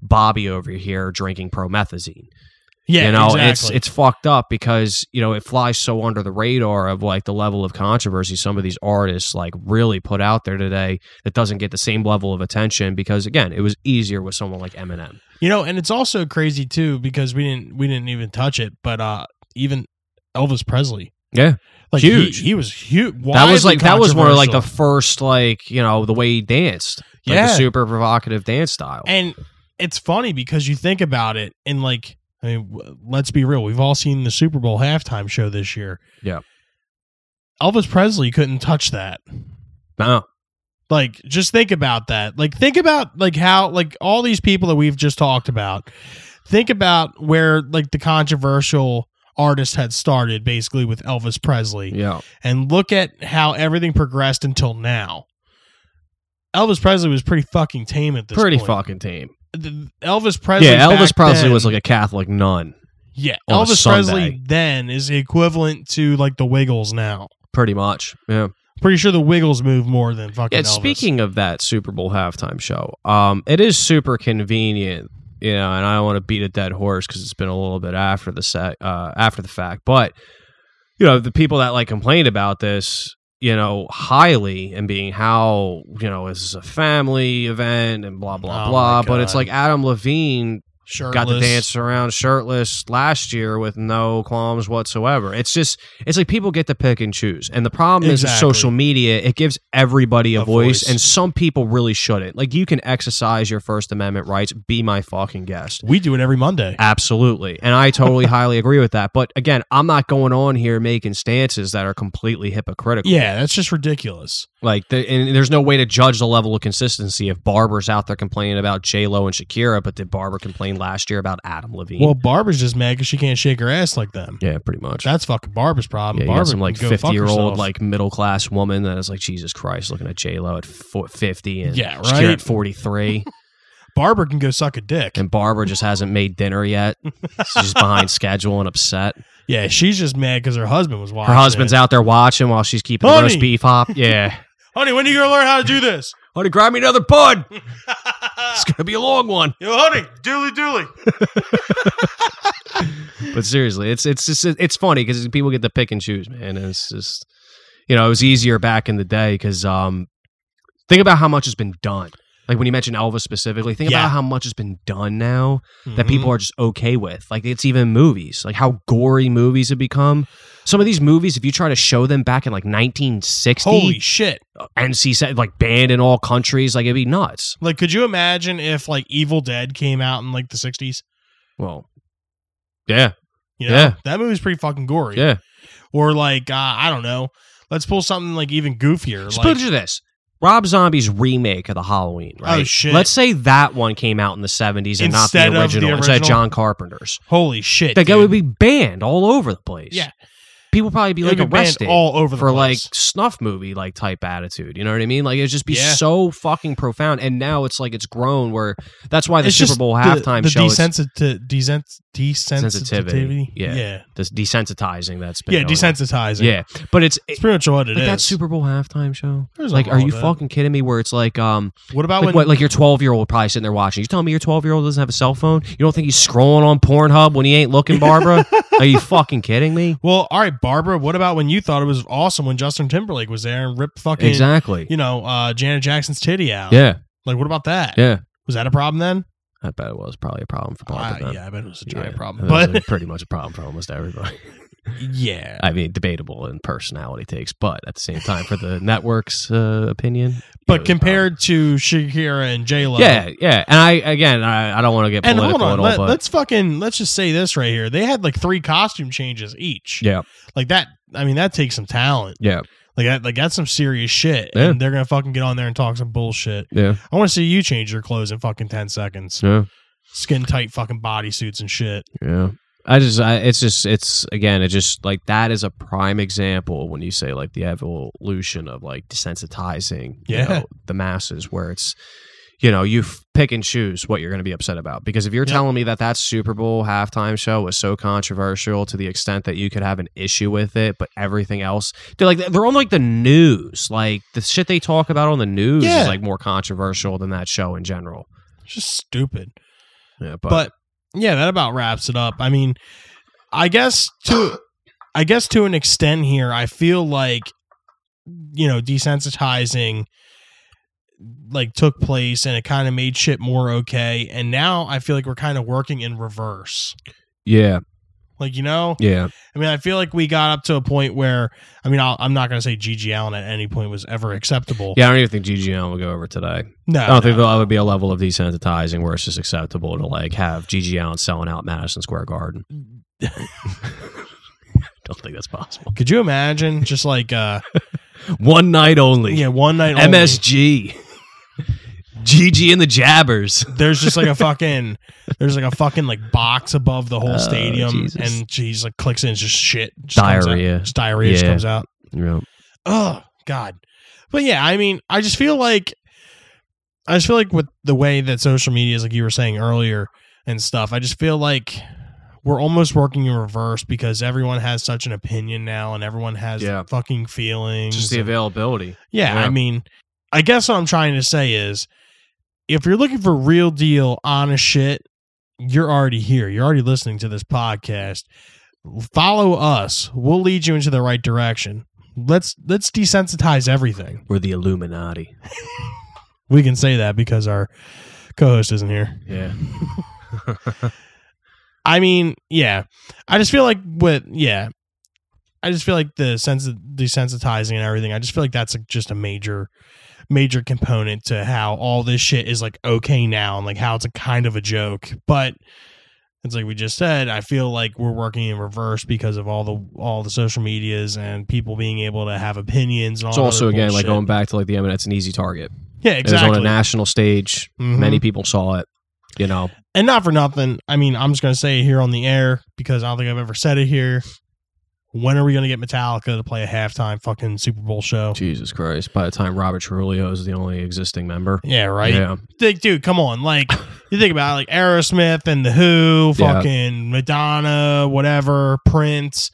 B: Bobby over here drinking promethazine
A: yeah.
B: you know,
A: exactly.
B: it's it's fucked up because you know it flies so under the radar of like the level of controversy some of these artists like really put out there today that doesn't get the same level of attention because again it was easier with someone like Eminem.
A: You know, and it's also crazy too because we didn't we didn't even touch it, but uh even Elvis Presley.
B: Yeah.
A: Like he-
B: Huge.
A: He, was huge.
B: that was like that was one of like the first like you know the way he danced, like
A: Yeah.
B: the super provocative dance style.
A: And it's funny because you think about it and like I mean, w- let's be real. We've all seen the Super Bowl halftime show this year.
B: Yeah.
A: Elvis Presley couldn't touch that.
B: no,
A: Like just think about that. Like think about like how like all these people that we've just talked about. Think about where like the controversial artist had started basically with Elvis Presley
B: yeah,
A: and look at how everything progressed until now. Elvis Presley was pretty fucking tame at this
B: pretty
A: point.
B: fucking tame.
A: The- Elvis Presley.
B: yeah, Elvis
A: back
B: Presley
A: then-
B: was like a Catholic nun,
A: yeah.
B: on a
A: Elvis
B: Sunday.
A: Presley then is equivalent to like the Wiggles now.
B: pretty much. Yeah.
A: Pretty sure the Wiggles move more than fucking.
B: Yeah,
A: Elvis.
B: speaking of that Super Bowl halftime show, um, it is super convenient, you know, and I don't want to beat a dead horse because it's been a little bit after the set, uh, after the fact, but you know, the people that like complained about this, you know, highly and being how you know this is a family event and blah blah
A: Oh
B: blah,
A: my
B: but it's
A: God.
B: like Adam Levine
A: Shirtless.
B: got to dance around shirtless last year with no qualms whatsoever. It's just it's like people get to pick and choose. And the problem is with
A: Exactly.
B: social media, it gives everybody a,
A: A
B: voice,
A: voice.
B: and some people really shouldn't. Like you can exercise your first amendment rights, be my fucking guest.
A: We do it every Monday.
B: Absolutely. And
A: <laughs>
B: I totally highly agree with that. But again, I'm not going on here making stances that are completely hypocritical.
A: Yeah, that's just ridiculous.
B: Like, the, and there's no way to judge the level of consistency if Barber's out there complaining about J Lo and Shakira, but did Barber complain last year about Adam Levine?
A: Well, Barbara's just mad because she can't shake her ass like them.
B: yeah, pretty much.
A: That's fucking Barbara's problem.
B: Yeah, you
A: Barbara
B: got some like
A: can go fuck
B: fifty year old
A: herself.
B: like middle class woman that is like Jesus Christ looking at J Lo at fo- fifty and
A: Yeah,
B: Shakira
A: right?
B: at
A: <laughs>
B: forty three,
A: Barbara can go suck a dick.
B: and Barbara just hasn't made dinner yet. She's behind schedule and
A: <laughs>
B: upset.
A: Yeah, she's just mad because her husband was watching.
B: Her husband's
A: it.
B: out there watching while she's keeping the
A: Honey!
B: roast beef hop. Yeah,
A: Honey, when are you gonna learn how to do
B: <laughs>
A: this?
B: honey, grab me another bud. It's gonna be a long one.
A: Yo, honey, dooley dooley.
B: But seriously, it's it's just it's funny because people get to pick and choose, man. And it's just you know it was easier back in the day because um think about how much has been done. Like when you mentioned Elvis specifically, think
A: Yeah.
B: about how much has been done now that
A: Mhm.
B: people are just okay with. Like it's even movies, like how gory movies have become. Some of these movies, if you try to show them back in like 1960,
A: Holy shit!
B: NC said like banned in all countries, like it'd be nuts.
A: Like, could you imagine if like Evil Dead came out in like the '60s?
B: Well, yeah,
A: You know?
B: Yeah.
A: that movie's pretty fucking gory.
B: yeah.
A: Or like, uh, I don't know. Let's pull something like even goofier.
B: Just
A: Like, Oh,
B: picture this. Rob Zombie's remake of the Halloween, right?
A: shit.
B: Let's say that one came out in the 70s
A: Instead of
B: and not
A: the
B: the original. Instead of
A: original?
B: John Carpenter's.
A: holy shit!
B: That guy
A: dude.
B: would be banned all over the place.
A: Yeah.
B: People probably be
A: It would
B: like
A: be banned
B: arrested
A: all over the
B: for like
A: place.
B: snuff movie like type attitude. You know what I mean? Like it'd just be
A: Yeah.
B: so fucking profound. And now it's like it's grown where that's why the
A: It's
B: Super
A: just
B: Bowl
A: the-
B: halftime
A: the
B: show is
A: desensiti- desens- desensitivity.
B: Sensitivity. Yeah.
A: yeah,
B: this desensitizing that's been
A: yeah,
B: going on.
A: desensitizing.
B: Yeah. But it's
A: it's pretty much what it
B: like
A: is.
B: that Super Bowl halftime show.
A: There's
B: Like,
A: nothing
B: are
A: wrong
B: you
A: with that.
B: fucking kidding me? Where it's like, um,
A: What about
B: Like
A: when?
B: what? Like your twelve year old probably sitting there watching. You telling me your twelve year old doesn't have a cell phone? You don't think he's scrolling on Pornhub when he ain't
A: <laughs>
B: looking, Barbara? Are you fucking kidding me?
A: well, all right, Barbara. What about when you thought it was awesome when Justin Timberlake was there and ripped fucking
B: Exactly.
A: you know uh, Janet Jackson's titty out?
B: Yeah.
A: Like, what about that?
B: Yeah.
A: Was that a problem then?
B: I bet it was probably a problem for Barbara.
A: Uh,
B: then.
A: yeah, I bet it was a giant
B: Yeah.
A: problem.
B: <laughs> It was
A: But
B: a- pretty much a problem for almost everybody.
A: <laughs> yeah,
B: I mean, debatable in personality takes, but at the same time, for the network's uh, opinion, it
A: but
B: was a
A: compared to Shakira and J Lo,
B: problem. yeah, yeah, and I again, I, I don't want to get
A: And
B: political
A: hold on,
B: at all,
A: let,
B: but
A: us fucking let's just say this right here. They had like three costume changes each.
B: yeah,
A: Like that. I mean, that takes some talent.
B: yeah,
A: Like that. Like that's some serious shit.
B: Yeah.
A: And they're gonna fucking get on there and talk some bullshit.
B: yeah,
A: I want to see you change your clothes in fucking ten seconds.
B: yeah.
A: Skin tight fucking bodysuits and shit.
B: Yeah. I just, I, it's just, it's again, it just like that is a prime example when you say like the evolution of like desensitizing, you
A: Yeah.
B: know, the masses, where it's, you know, you f- pick and choose what you're going to be upset about. Because if you're
A: Yep.
B: telling me that that Super Bowl halftime show was so controversial to the extent that you could have an issue with it, but everything else, they're like, they're on like the news. Like the shit they talk about on the news
A: Yeah.
B: is like more controversial than that show in general.
A: It's just stupid.
B: Yeah.
A: But, yeah, that about wraps it up. I mean, I guess to I guess to an extent here, I feel like you know, desensitizing like took place and it kind of made shit more okay. And now I feel like we're kind of working in reverse.
B: yeah.
A: Like, you know,
B: Yeah.
A: I mean, I feel like we got up to a point where, I mean, I'll, I'm not going to say Gigi Allen at any point was ever acceptable.
B: Yeah, I don't even think GGN will go over today.
A: No,
B: I don't
A: no.
B: think that would be a level of desensitizing where it's just acceptable to like have GG Allen selling out Madison
A: <laughs>
B: Square Garden. don't think that's possible.
A: Could you imagine just like uh
B: One night only.
A: yeah, one night only,
B: MSG. GG and the Jabbers.
A: there's just like a fucking there's like a fucking like box above the whole
B: Oh,
A: stadium
B: Jesus.
A: and she's like clicks in it's just shit. Just comes out.
B: Diarrhea.
A: Just diarrhea just
B: Yeah.
A: comes out.
B: Yeah.
A: Oh God. But yeah, I mean, I just feel like I just feel like with the way that social media is like you were saying earlier and stuff, I just feel like we're almost working in reverse because everyone has such an opinion now and everyone has
B: Yeah.
A: fucking feelings.
B: Just the
A: and-
B: availability.
A: yeah,
B: Yeah.
A: I mean, I guess what I'm trying to say is if you're looking for real deal, honest shit, you're already here. You're already listening to this podcast. Follow us. We'll lead you into the right direction. Let's let's desensitize everything.
B: We're the Illuminati.
A: We can say that because our co-host isn't here.
B: Yeah.
A: I mean, yeah. I just feel like with yeah. I just feel like the sense of desensitizing and everything. I just feel like that's like just a major major component to how all this shit is like okay now and like how it's a kind of a joke. But it's like we just said, I feel like we're working in reverse because of all the all the social medias and people being able to have opinions and all
B: It's
A: that
B: also
A: other
B: again like
A: bullshit.
B: going back to like the Eminettes an easy target.
A: Yeah,
B: It was
A: exactly.
B: on a national stage.
A: Mhm.
B: Many people saw it. You know.
A: and not for nothing. I mean, I'm just gonna say it here on the air because I don't think I've ever said it here. When are we gonna get Metallica to play a halftime fucking Super Bowl show?
B: Jesus Christ. By the time Robert Trujillo is the only existing member.
A: Yeah, right.
B: Yeah.
A: Like, dude, come on. Like, you think about it, like Aerosmith and the Who,
B: Yeah.
A: fucking Madonna, whatever, Prince.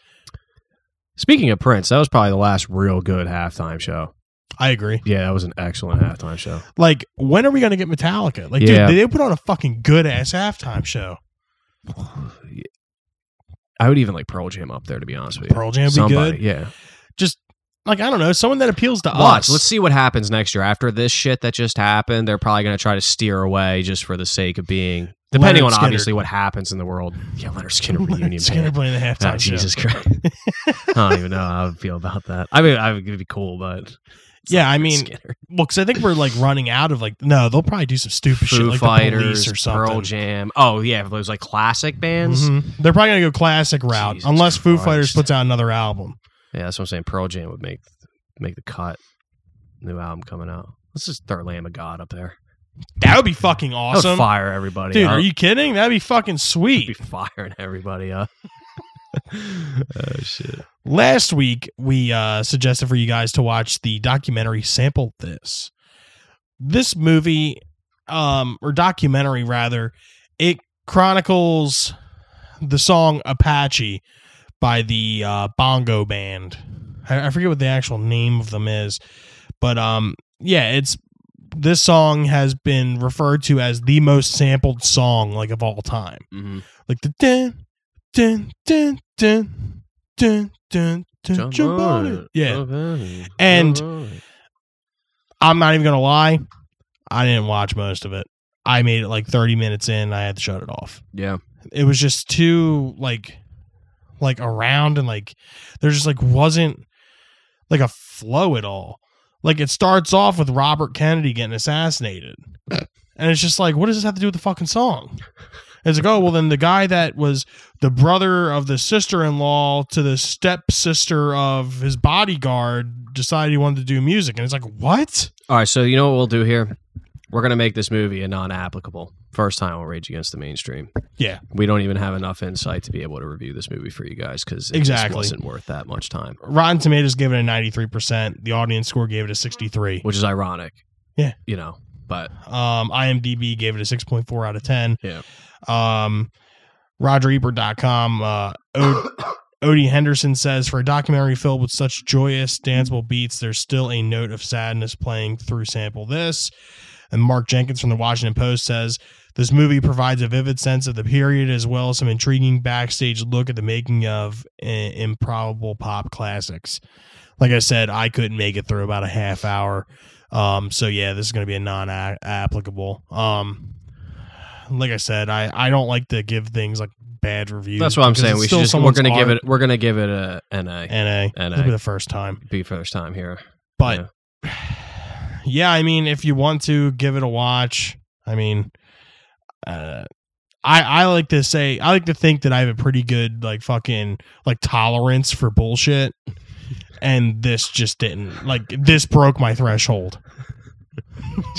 B: Speaking of Prince, that was probably the last real good halftime show.
A: I agree.
B: Yeah, that was an excellent halftime show.
A: Like, when are we gonna get Metallica? Like,
B: Yeah.
A: dude, they put on a fucking good ass halftime show.
B: I would even like Pearl Jam up there to be honest with you.
A: Pearl Jam be
B: Somebody,
A: good.
B: yeah.
A: Just Like I don't know, someone that appeals to
B: Watch.
A: Uh, us.
B: Let's see what happens next year. After this shit that just happened, they're probably going to try to steer away just for the sake of being, depending
A: Leonard
B: on
A: Skinner.
B: obviously what happens in the world. Yeah,
A: <laughs>
B: Leonard Skinner reunion.
A: It's gonna
B: man.
A: play the halftime
B: Oh,
A: show. <laughs>
B: Jesus Christ. I don't even know how I would feel about that. I mean, I would it'd be cool, but it's
A: Yeah,
B: not
A: I
B: Leonard
A: mean,
B: Skinner.
A: Well, because I think we're like running out of like no, they'll probably do some stupid shit
B: Foo
A: like the
B: Fighters,
A: police or something.
B: Pearl Jam. Oh yeah, those like classic bands.
A: Mhm. They're probably gonna go classic route
B: Jesus
A: unless Foo
B: Christ.
A: Fighters puts out another album.
B: Yeah, that's what I'm saying. Pearl Jam would make make the cut. New album coming out. Let's just throw Lamb of God up there.
A: That would be fucking
B: I would
A: awesome,
B: fire everybody.
A: dude.
B: up.
A: Are you kidding? That'd be fucking
B: I'd be
A: sweet.
B: firing everybody up. <laughs> oh shit!
A: Last week we uh, suggested for you guys to watch the documentary "Sample This." This movie, um, or documentary rather, it chronicles the song "Apache" by the uh, Bongo Band. I, I forget what the actual name of them is, but um, yeah, it's this song has been referred to as the most sampled song like of all time like the dun dun dun dun dun dun dun jump on it.
B: Oh.
A: Yeah, And- I'm not even gonna lie, I didn't watch most of it. I made it like 30 minutes in. I had to shut it off.
B: yeah,
A: It was just too like, like around and like there just like wasn't like a flow at all. Like it starts off with Robert Kennedy getting assassinated, and it's just like, what does this have to do with the fucking song? It's like, oh well, then the guy that was the brother of the sister-in-law to the stepsister of his bodyguard decided he wanted to do music, and it's like, what?
B: All right, so you know what we'll do here? We're gonna make this movie a non-applicable first time on Rage Against the Mainstream.
A: Yeah.
B: we don't even have enough insight to be able to review this movie for you guys because it
A: Exactly.
B: just wasn't worth that much time,
A: Rotten Tomatoes gave it a 93%. The audience score gave it a 63.
B: which is ironic.
A: Yeah.
B: you know, but
A: Um, IMDb gave it a 6.4 out of 10.
B: Yeah.
A: Um, RogerEbert.com. Uh, Od- Odie Henderson says, for a documentary filled with such joyous, danceable beats, there's still a note of sadness playing through sample this. And Mark Jenkins from the Washington Post says, this movie provides a vivid sense of the period as well as some intriguing backstage look at the making of i- improbable pop classics. Like I said, I couldn't make it through about a half hour. Um, so yeah, this is going to be a non-applicable. Um, like I said, I, I don't like to give things like bad reviews.
B: that's what I'm
A: because
B: saying.
A: it's
B: We should
A: still
B: just we're gonna
A: someone's
B: give
A: art.
B: it we're gonna give it a NA.
A: NA.
B: NA.
A: It'll be the first time.
B: Be first time here,
A: But <sighs> yeah. I mean, if you want to give it a watch, I mean, uh, I I like to say I like to think that I have a pretty good like fucking like tolerance for bullshit, and this just didn't like this broke my threshold.
B: <laughs>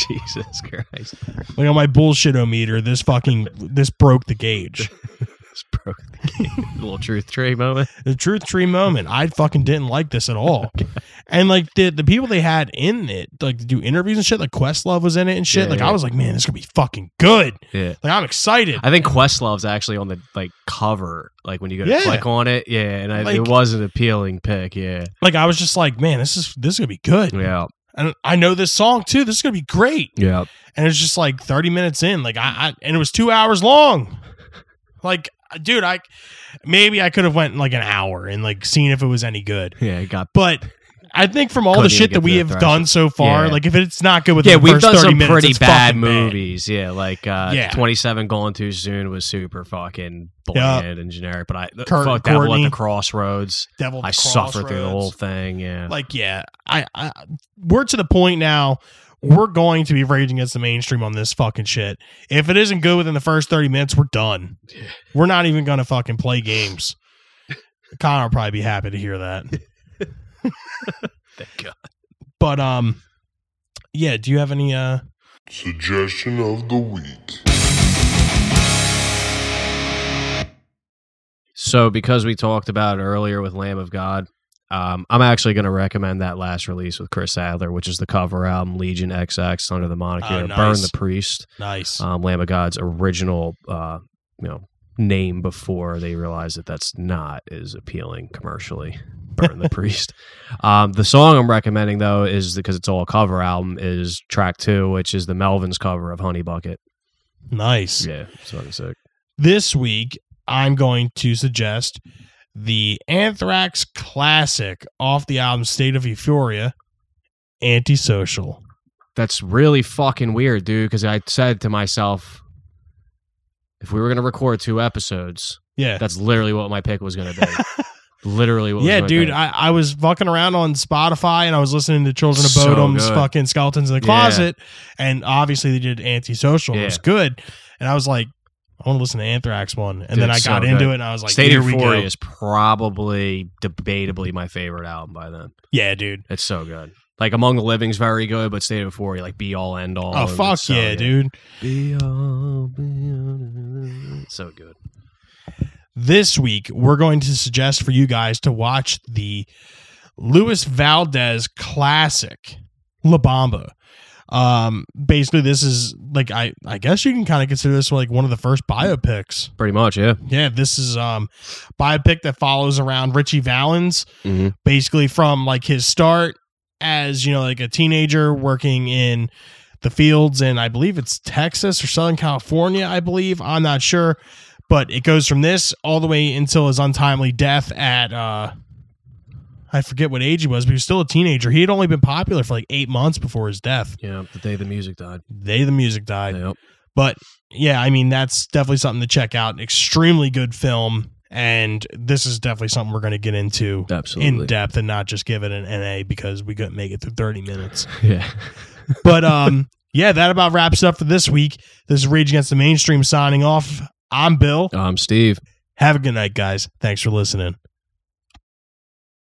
B: Jesus Christ.
A: Like on my bullshit o meter, this fucking this broke the gauge.
B: Just broke the game. little truth tray moment.
A: the truth tree moment. I fucking didn't like this at all. And like the the people they had in it, like to do interviews and shit, like Questlove was in it and shit.
B: Yeah,
A: like
B: yeah.
A: I was like, man, this could be fucking good.
B: Yeah.
A: Like I'm excited.
B: I think Questlove's actually on the like cover, like when you go to
A: Yeah.
B: click on it. Yeah, and I,
A: Like-
B: it was an appealing pick. Yeah,
A: Like I was just like, man, this is this is gonna be good.
B: yeah,
A: And I know this song too. This is gonna be great.
B: yeah.
A: And it's just like 30 minutes in. Like I, I and it was two hours long. Like dude, I maybe I could have went like an hour and like seen if it was any good.
B: Yeah, it got.
A: But I think from all
B: Couldn't
A: the
B: even
A: shit
B: get
A: that we
B: through
A: have
B: the
A: done so far,
B: Yeah.
A: like if it's not good with
B: Yeah,
A: the
B: we've
A: first
B: done
A: 30
B: some
A: minutes,
B: pretty
A: it's
B: bad
A: fucking
B: movies. Yeah, like uh,
A: Yeah.
B: 27 Gone Too Soon was super fucking bland and generic, but I th-
A: Kurt
B: fuck
A: and
B: Devil at
A: Courtney.
B: the Crossroads.
A: Devil
B: I suffered through the whole thing. Yeah.
A: Like, yeah, I, I, we're to the point now. We're going to be raging against the mainstream on this fucking shit. If it isn't good within the first thirty minutes, we're done. We're not even gonna fucking play games. Connor will probably be happy to hear
B: <laughs>
A: that.
B: Thank God.
A: But um, yeah. Do you have any uh?
C: Suggestion of the week.
B: So, because we talked about it earlier with Lamb of God, um, I'm actually going to recommend that last release with Chris Adler, which is the cover album Legion XX under the moniker
A: Oh, nice.
B: Burn the Priest,
A: Nice.
B: um, Lamb of God's original, uh, you know, name before they realized that that's not as appealing commercially.
A: <laughs>
B: Burn the Priest. Um, the song I'm recommending though is because it's all a cover album is track two, which is the Melvins cover of Honey Bucket.
A: nice.
B: Yeah, it's fucking sick.
A: This week, I'm going to suggest the Anthrax classic off the album State of Euphoria, Antisocial.
B: That's really fucking weird, dude. Because I said to myself, if we were gonna record two episodes,
A: Yeah.
B: that's literally what my pick was gonna be. literally, what
A: yeah,
B: was my
A: dude,
B: pick.
A: I, I was fucking around on Spotify and I was listening to Children of
B: So
A: Bodom's
B: good.
A: fucking Skeletons in the
B: Yeah.
A: Closet, and obviously they did Antisocial. It was
B: Yeah.
A: good, and I was like, I want to listen to Anthrax one, and
B: Dude,
A: then I
B: so
A: got into
B: good.
A: it and I was like,
B: State
A: here
B: of
A: we go.
B: Euphoria is probably debatably my favorite album by them.
A: Yeah, dude.
B: It's so good. Like Among the Living's very good, but State of Euphoria, like be all end all.
A: oh
B: It was
A: fuck
B: so
A: yeah, dude.
B: good. Be all, be all- so good.
A: This week we're going to suggest for you guys to watch the Luis Valdez classic La Bamba. Um, basically, this is like I I guess you can kind of consider this like one of the first biopics.
B: Pretty much, yeah.
A: Yeah, this is um biopic that follows around Richie Valens, basically from like his start as, you know, like a teenager working in the fields and I believe it's Texas or Southern California, I believe. I'm not sure. But it goes from this all the way until his untimely death at uh I forget what age he was, but he was still a teenager. He had only been popular for like eight months before his death.
B: Yeah, the day the music died.
A: They the music died.
B: Yep.
A: But yeah, I mean that's definitely something to check out. Extremely good film, and this is definitely something we're going to get into
B: Absolutely.
A: in depth and not just give it an NA because we couldn't make it through 30 minutes.
B: <laughs> Yeah.
A: But um, <laughs> yeah, that about wraps it up for this week. This is Rage
B: Oh.
A: Against the Mainstream signing off. I'm Bill.
B: I'm Um, Steve.
A: Have a good night, guys. Thanks for listening.